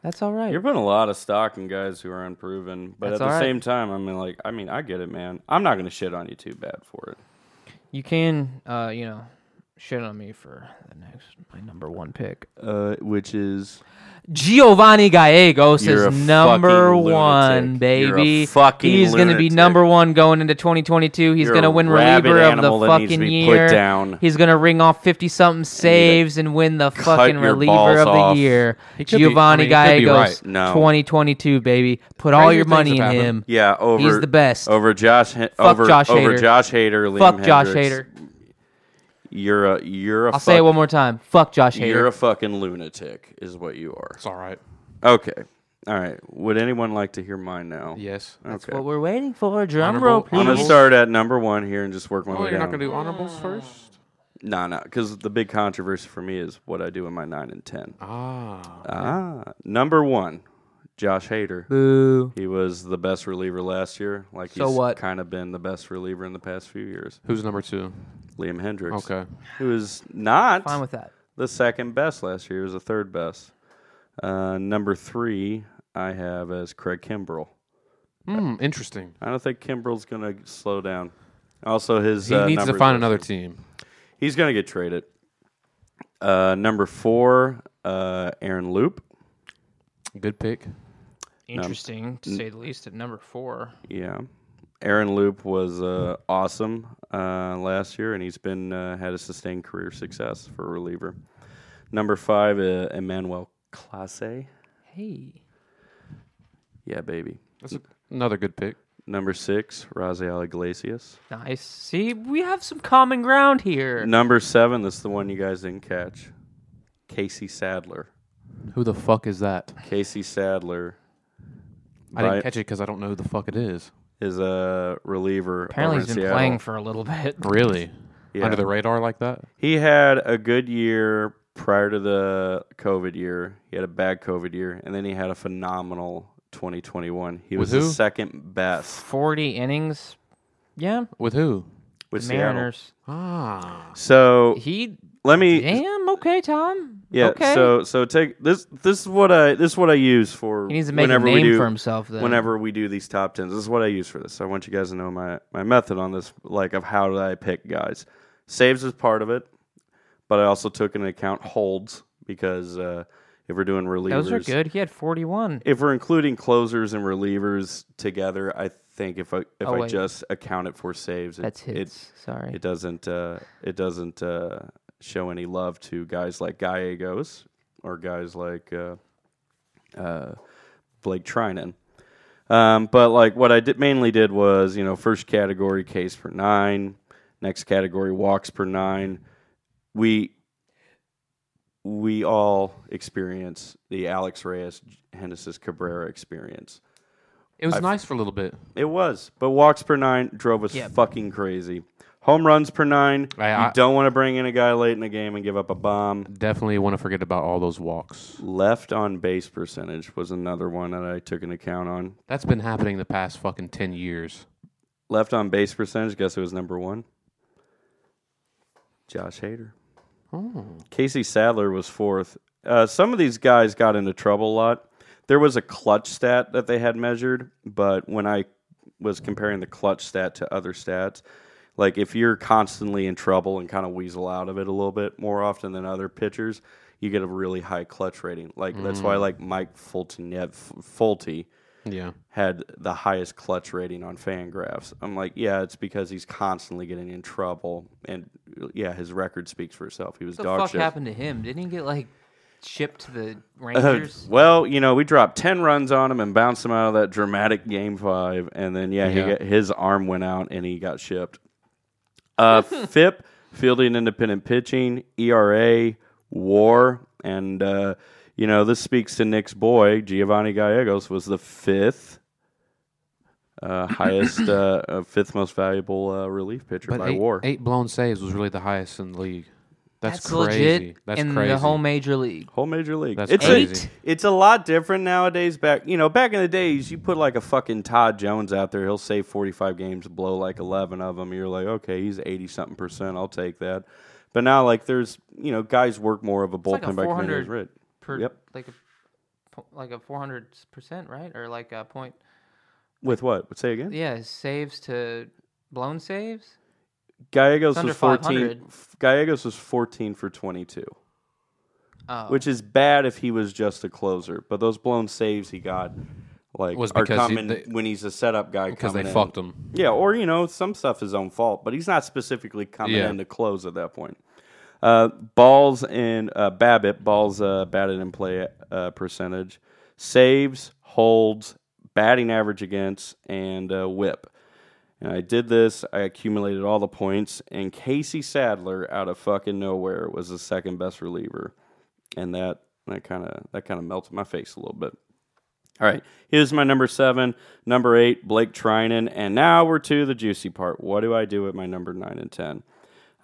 A: That's all right.
B: You're putting a lot of stock in guys who are unproven, but
A: That's
B: at the
A: all right.
B: same time, I mean, like, I mean, I get it, man. I'm not gonna shit on you too bad for it.
A: You can, uh, you know, shit on me for the next my number one pick.
B: Uh, which is
A: Giovanni Gallegos
B: You're a
A: is number
B: fucking
A: one,
B: lunatic. You're a
A: baby.
B: fucking
A: He's gonna be
B: lunatic.
A: number one going into 2022. He's
B: You're
A: gonna
B: a
A: win
B: rabid
A: reliever of
B: animal
A: the
B: that needs
A: fucking
B: to be put
A: year.
B: down.
A: He's gonna ring off 50 something saves and win the fucking
B: your
A: reliever
B: balls
A: of the
B: off.
A: year.
C: He could be- I
A: Giovanni
C: mean, he could be
A: Gallegos,
B: right. No.
A: 2022, baby. Put all
C: Crazier
A: your money
C: things
A: in
C: have happened.
A: him.
B: yeah over.
A: He's the best.
B: over Josh. Hen-
A: Fuck
B: over
A: Josh
B: over
A: Hader.
B: Josh Hader. Liam
A: Fuck Josh Hader.
B: Hendricks. You're a you're a.
A: I'll say it one more time. Fuck Josh Hader.
B: You're a fucking lunatic, is what you are.
C: It's all right.
B: Okay. All right. Would anyone like to hear mine now?
C: Yes.
A: That's
B: okay.
A: what we're waiting for. Drum
C: Honorable-
A: roll,
B: I'm gonna
A: please.
C: honorable-
B: start at number one here and just work my
C: Oh,
B: way
C: you're
B: down.
C: not gonna do honorables first.
B: Nah, nah, because the big controversy for me is what I do in my nine and ten.
C: Ah,
B: Ah, number one, Josh Hader.
A: Boo.
B: He was the best reliever last year. Like
A: So
B: he's
A: what?
B: kind of been the best reliever in the past few years.
C: who's number two?
B: Liam Hendricks.
C: Okay.
B: Who was not
A: Fine with that.
B: the second best last year. He was the third best. Uh, number three, I have as Craig Kimbrell.
C: Hmm. Interesting.
B: I don't think Kimbrell's going to slow down. Also, his
C: He
B: uh,
C: needs to
B: numbers
C: find
B: are-
C: another team.
B: He's going to get traded. Uh, number four, uh, Aaron Loop.
C: Good pick.
A: Interesting, to say the least, at number four.
B: Yeah. Aaron Loop was uh, awesome uh, last year, and he's been uh, had a sustained career success for a reliever. Number five, uh, Emmanuel Clase.
A: Hey.
B: Yeah, baby.
C: That's a, another good pick.
B: Number six, Raziel Iglesias.
A: Nice. See, we have some common ground here.
B: Number seven, this is the one you guys didn't catch. Casey Sadler.
C: Who the fuck is that?
B: Casey Sadler
C: I didn't
B: Right.
C: catch it because I don't know who the fuck it is.
B: is a reliever.
A: Apparently,
B: over
A: he's
B: in
A: been
B: Seattle.
A: playing for a little [LAUGHS] bit.
C: Really?
B: Yeah.
C: Under the radar like that?
B: He had a good year prior to the COVID year. He had a bad COVID year, and then he had a phenomenal 2021. He
C: With
B: was the
C: who?
B: second best
A: 40 innings. Yeah.
C: With who?
B: with
A: Mariners.
C: Ah.
B: Seattle. So
A: He.
B: let me,
A: Damn. Okay, Tom.
B: yeah.
A: Okay.
B: So so take this. This is what I this is what I use for
A: he needs to make
B: whenever
A: a
B: we
A: name
B: do
A: for himself then.
B: whenever we do these top tens. This is what I use for this. I want you guys to know my, my method on this, like of how do I pick guys. Saves is part of it, but I also took into account holds because uh, if we're doing relievers,
A: Those are good. He had 41.
B: If we're including closers and relievers together, I think if I if
A: Oh,
B: I
A: wait.
B: just account it for saves, it,
A: That's
B: it-
A: hits. Sorry.
B: It, doesn't uh, it doesn't uh, show any love to guys like Gallegos or guys like. Uh, uh, Blake Trinan. Um, but like what I did, mainly did was you know first category case per nine, next category walks per nine. We we all experience the Alex Reyes Hennessy's Cabrera experience.
C: It was nice for a little bit.
B: It was, but walks per nine drove us
A: Yep.
B: fucking crazy. Home runs per nine.
C: I-
B: you
C: I-
B: don't want to bring in a guy late in the game and give up a bomb.
C: Definitely want to forget about all those walks.
B: Left on base percentage was another one that I took into account on.
C: That's been happening the past fucking 10 years.
B: left on base percentage. Guess who was number one? Josh Hader. Casey Sadler was fourth. Uh, some of these guys got into trouble a lot. There was a clutch stat that they had measured, but when I was comparing the clutch stat to other stats, like if you're constantly in trouble and kind of weasel out of it a little bit more often than other pitchers, you get a really high clutch rating. Like that's why like Mike Fulton, yeah, F- Fulte,
C: Yeah.
B: had the highest clutch rating on Fangraphs. I'm like, yeah, it's because he's constantly getting in trouble, and yeah, his record speaks for itself. He was
A: What the
B: dog
A: fuck
B: shit. Uh,
A: happened to him? Didn't he get, like, shipped to the Rangers?
B: [LAUGHS] Well, you know, we dropped ten runs on him and bounced him out of that dramatic game five, and then yeah,
C: Yeah.
B: He got, his arm went out and he got shipped. Uh,
C: [LAUGHS]
B: FIP, fielding independent pitching, ERA, WAR, and uh, you know this speaks to Nick's boy Giovanni Gallegos was the fifth. Uh,
C: [CLEARS THROAT]
B: highest, uh, uh, fifth most valuable uh, relief pitcher
C: But
B: by
C: eight,
B: WAR.
C: eight blown saves was really the highest in the league. That's, crazy.
A: legit
C: That's
A: in
C: crazy.
A: the whole major league.
B: Whole major league.
C: That's
B: it's
C: crazy.
B: A, it's a lot different nowadays. Back you know, back in the days, you put like a fucking Todd Jones out there. He'll save forty five games, blow like eleven of them. You're like, okay, he's eighty something percent. I'll take that. But now, like, there's you know, guys work more of a
A: like a
B: bullpen by committee is
A: 400
B: writ.
A: per
B: Yep.
A: like a po- like a four hundred percent, right? Or like a point.
B: With what? Say again.
A: Yeah, saves to blown saves.
B: Gallegos
A: under
B: was 14.
A: 500.
B: Gallegos was 14 for 22,
A: Oh,
B: which is bad if he was just a closer. But those blown saves he got, like,
C: Was
B: are
C: because he-
B: coming
C: they-
B: when he's a setup guy.
C: because they
B: coming in.
C: fucked him.
B: Yeah, or you know, some stuff his own fault, but he's not specifically coming
C: Yeah.
B: in to close at that point. Uh, balls and uh, Babbitt balls uh, batted in play uh, percentage, saves, holds, batting average against, and uh, WHIP. And I did this. I accumulated all the points, and Casey Sadler out of fucking nowhere was the second best reliever, and that that kind of that kind of melted my face a little bit. All right, here's my number seven, number eight, Blake Trinan, and now we're to the juicy part. What do I do with my number nine and ten?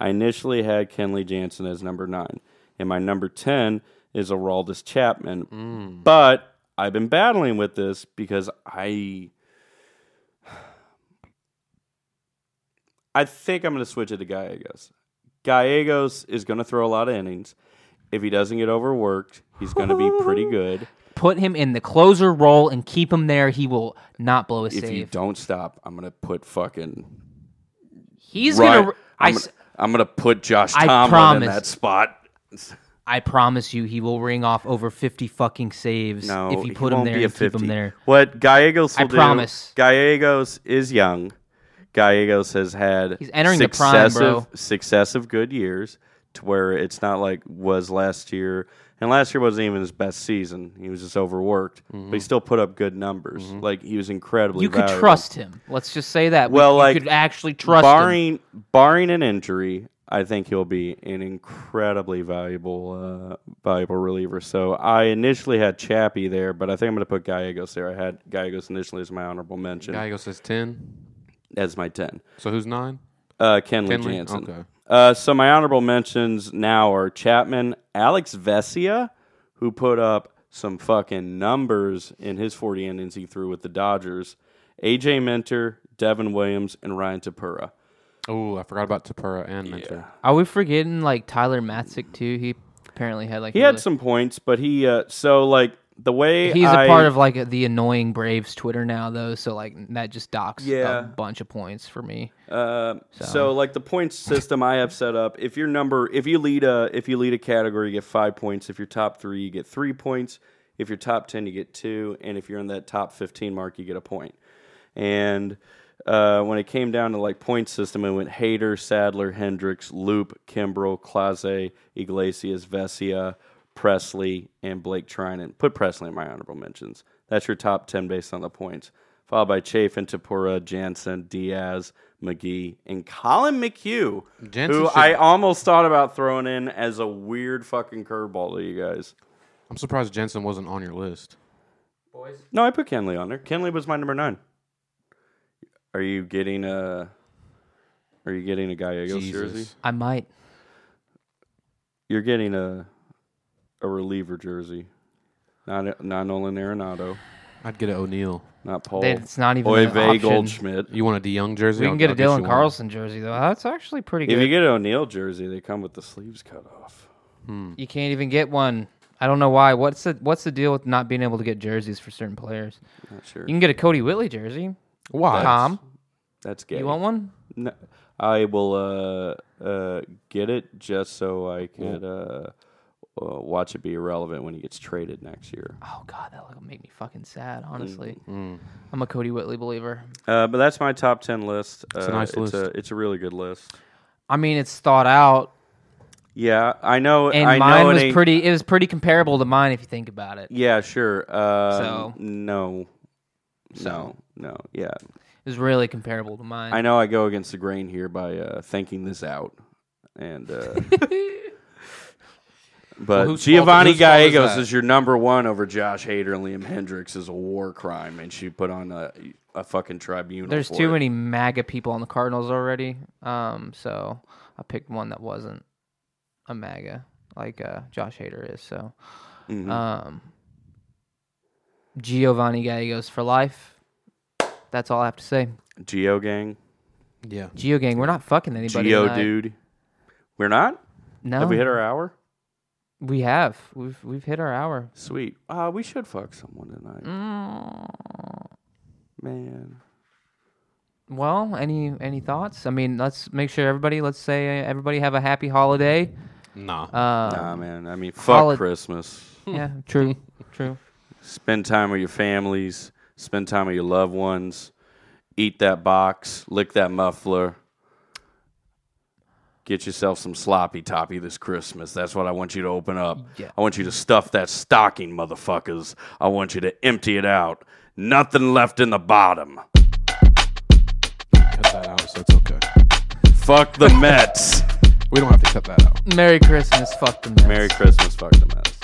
B: I initially had Kenley Jansen as number nine, and my number ten is Araldus Chapman, but I've been battling with this because I. I think I'm going to switch it to Gallegos. Gallegos is going to throw a lot of innings. If he doesn't get overworked, he's going to be pretty good.
A: put him in the closer role and keep him there. He will not blow a
B: if you
A: save.
B: don't stop, I'm gonna put fucking.
A: He's
B: Ryan-
A: gonna. I,
B: I'm,
A: s-
B: gonna, I'm gonna put Josh
A: I
B: Tomlin
A: promise.
B: in that spot.
A: I promise you, he will ring off over fifty fucking saves
B: No,
A: if
B: he
A: you put him
B: won't
A: there
B: be a
A: and keep
B: 50.
A: him there.
B: What Gallegos will
A: I
B: do?
A: promise.
B: Gallegos is young. Gallegos has had
A: He's entering the prime, bro.
B: successive- successive good years to where it's not like was last year. And last year wasn't even his best season. He was just overworked, but he still put up good numbers. Like he was incredibly.
A: Mm-hmm. You could
B: valuable.
A: trust him. Let's just say that. We-
B: Well,
A: you
B: like,
A: could actually trust him.
B: barring barring an injury, I think he'll be an incredibly valuable uh, valuable reliever. So I initially had Chappie there, but I think I'm going to put Gallegos there. I had Gallegos initially as my honorable mention
C: Gallegos says ten.
B: as my ten.
C: So who's nine?
B: Uh, Kenley,
C: Kenley?
B: Jansen.
C: Okay.
B: Uh, so my honorable mentions now are Chapman, Alex Vesia, who put up some fucking numbers in his 40 innings he threw with the Dodgers, AJ Minter, Devin Williams, and Ryan Tapura.
C: Oh, I forgot about Tapura and Mentor.
A: Are we forgetting like Tyler Matzik too? He apparently had like
B: He
A: really-
B: had some points, but he uh, so like the way
A: He's
B: a
A: a part of like the annoying Braves Twitter now though, so like that just docks
B: Yeah.
A: a bunch of points for me.
B: uh, so. like the points system I have set up. If your number, if you lead a if you lead a category, you get five points. If you're top three, you get three points. If you're top ten, you get two, and if you're in that top fifteen mark, you get a point. And uh, when it came down to like point system, it went Hader, Sadler, Hendricks, Loop, Kimbrell, Clase, Iglesias, Vesia, Presley, and Blake Trinan. Put Presley in my honorable mentions. That's your top ten based on the points. Followed by Chafin, Tapura, Jansen, Diaz, McGee, and Colin McHugh,
C: Jansen
B: who
C: should-
B: I almost thought about throwing in as a weird fucking curveball to you guys.
C: I'm surprised Jensen wasn't on your list.
B: No, I put Kenley on there. Kenley was my number nine. Are you getting a? Are you getting a Gallegos jersey?
C: Jesus.
A: I might.
B: You're getting a, a reliever jersey, not not Nolan Arenado,
C: I'd get an O'Neill.
B: not Paul.
A: They- it's not even an
B: Oive
A: option.
B: Oh, Goldschmidt.
C: You want a DeYoung jersey?
A: We
C: I'll-
A: can get
C: I'll
A: a
C: get you
A: Dylan
C: one.
A: Carlson jersey though. That's actually pretty
B: If
A: good.
B: you
A: You,
B: get an O'Neill jersey, they come with the sleeves cut off.
A: can't even get one. I don't know why. What's the what's the deal with not being able to get jerseys for certain players?
B: Not sure.
A: You can get a Cody Whitley jersey.
C: Why?
A: Tom,
B: That's gay.
A: you want one?
B: No, I will uh, uh, get it just so I could uh, uh, watch it be irrelevant when he gets traded next year.
A: Oh god, that will make me fucking sad, honestly.
B: Mm,
A: I'm a Cody Whitley believer.
B: Uh, but that's my top ten list. It's
C: a nice
B: It's a,
C: list.
B: it's a really good list.
A: I mean, it's thought out
B: Yeah, I know.
A: and
B: I
A: mine
B: know it
A: was
B: ain't-
A: pretty it was pretty comparable to mine if you think about it.
B: Yeah, sure. Um,
A: So.
B: no, no, no. Yeah,
A: It's really comparable to mine.
B: I know. I go against the grain here by uh, thanking this out,
A: [LAUGHS]
B: and uh, [LAUGHS] but
C: whose
B: Giovanni
C: fault- whose fault is
B: Gallegos is,
C: that?
B: your number one over Josh Hader and Liam Hendricks is a war crime, and she put on a, a fucking tribunal.
A: There's
B: for
A: too
B: it.
A: many MAGA people on the Cardinals already. Um, so I picked one that wasn't a MAGA like uh, Josh Hader is. So,
B: Mm-hmm.
A: um, Giovanni Gallegos for life. That's all I have to say.
B: Geo gang,
C: Yeah.
A: Geo gang, we're not fucking anybody.
B: Geo
A: tonight.
B: dude. We're not.
A: No,
B: Have we hit our hour?
A: We have. We've we've hit our hour.
B: Sweet. Uh, we should fuck someone tonight.
A: Mm.
B: Man.
A: Well, any any thoughts? I mean, let's make sure everybody. Let's say everybody have a happy
B: [LAUGHS]
A: holiday.
C: Nah.
A: Uh,
B: nah, man. I mean, fuck
A: holi-
B: Christmas.
A: Yeah,
B: [LAUGHS]
A: true, true.
B: Spend time with your families. Spend time with your loved ones. Eat that box. Lick that muffler. Get yourself some sloppy toppy this Christmas. That's what I want you to open up.
A: Yeah.
B: I want you to stuff that stocking, motherfuckers. I want you to empty it out. Nothing left in the bottom.
C: cut that out, so it's okay.
B: Fuck the Mets.
C: We don't have to cut that out.
A: Merry Christmas. Fuck the Mets.
B: Merry Christmas. Fuck the Mets.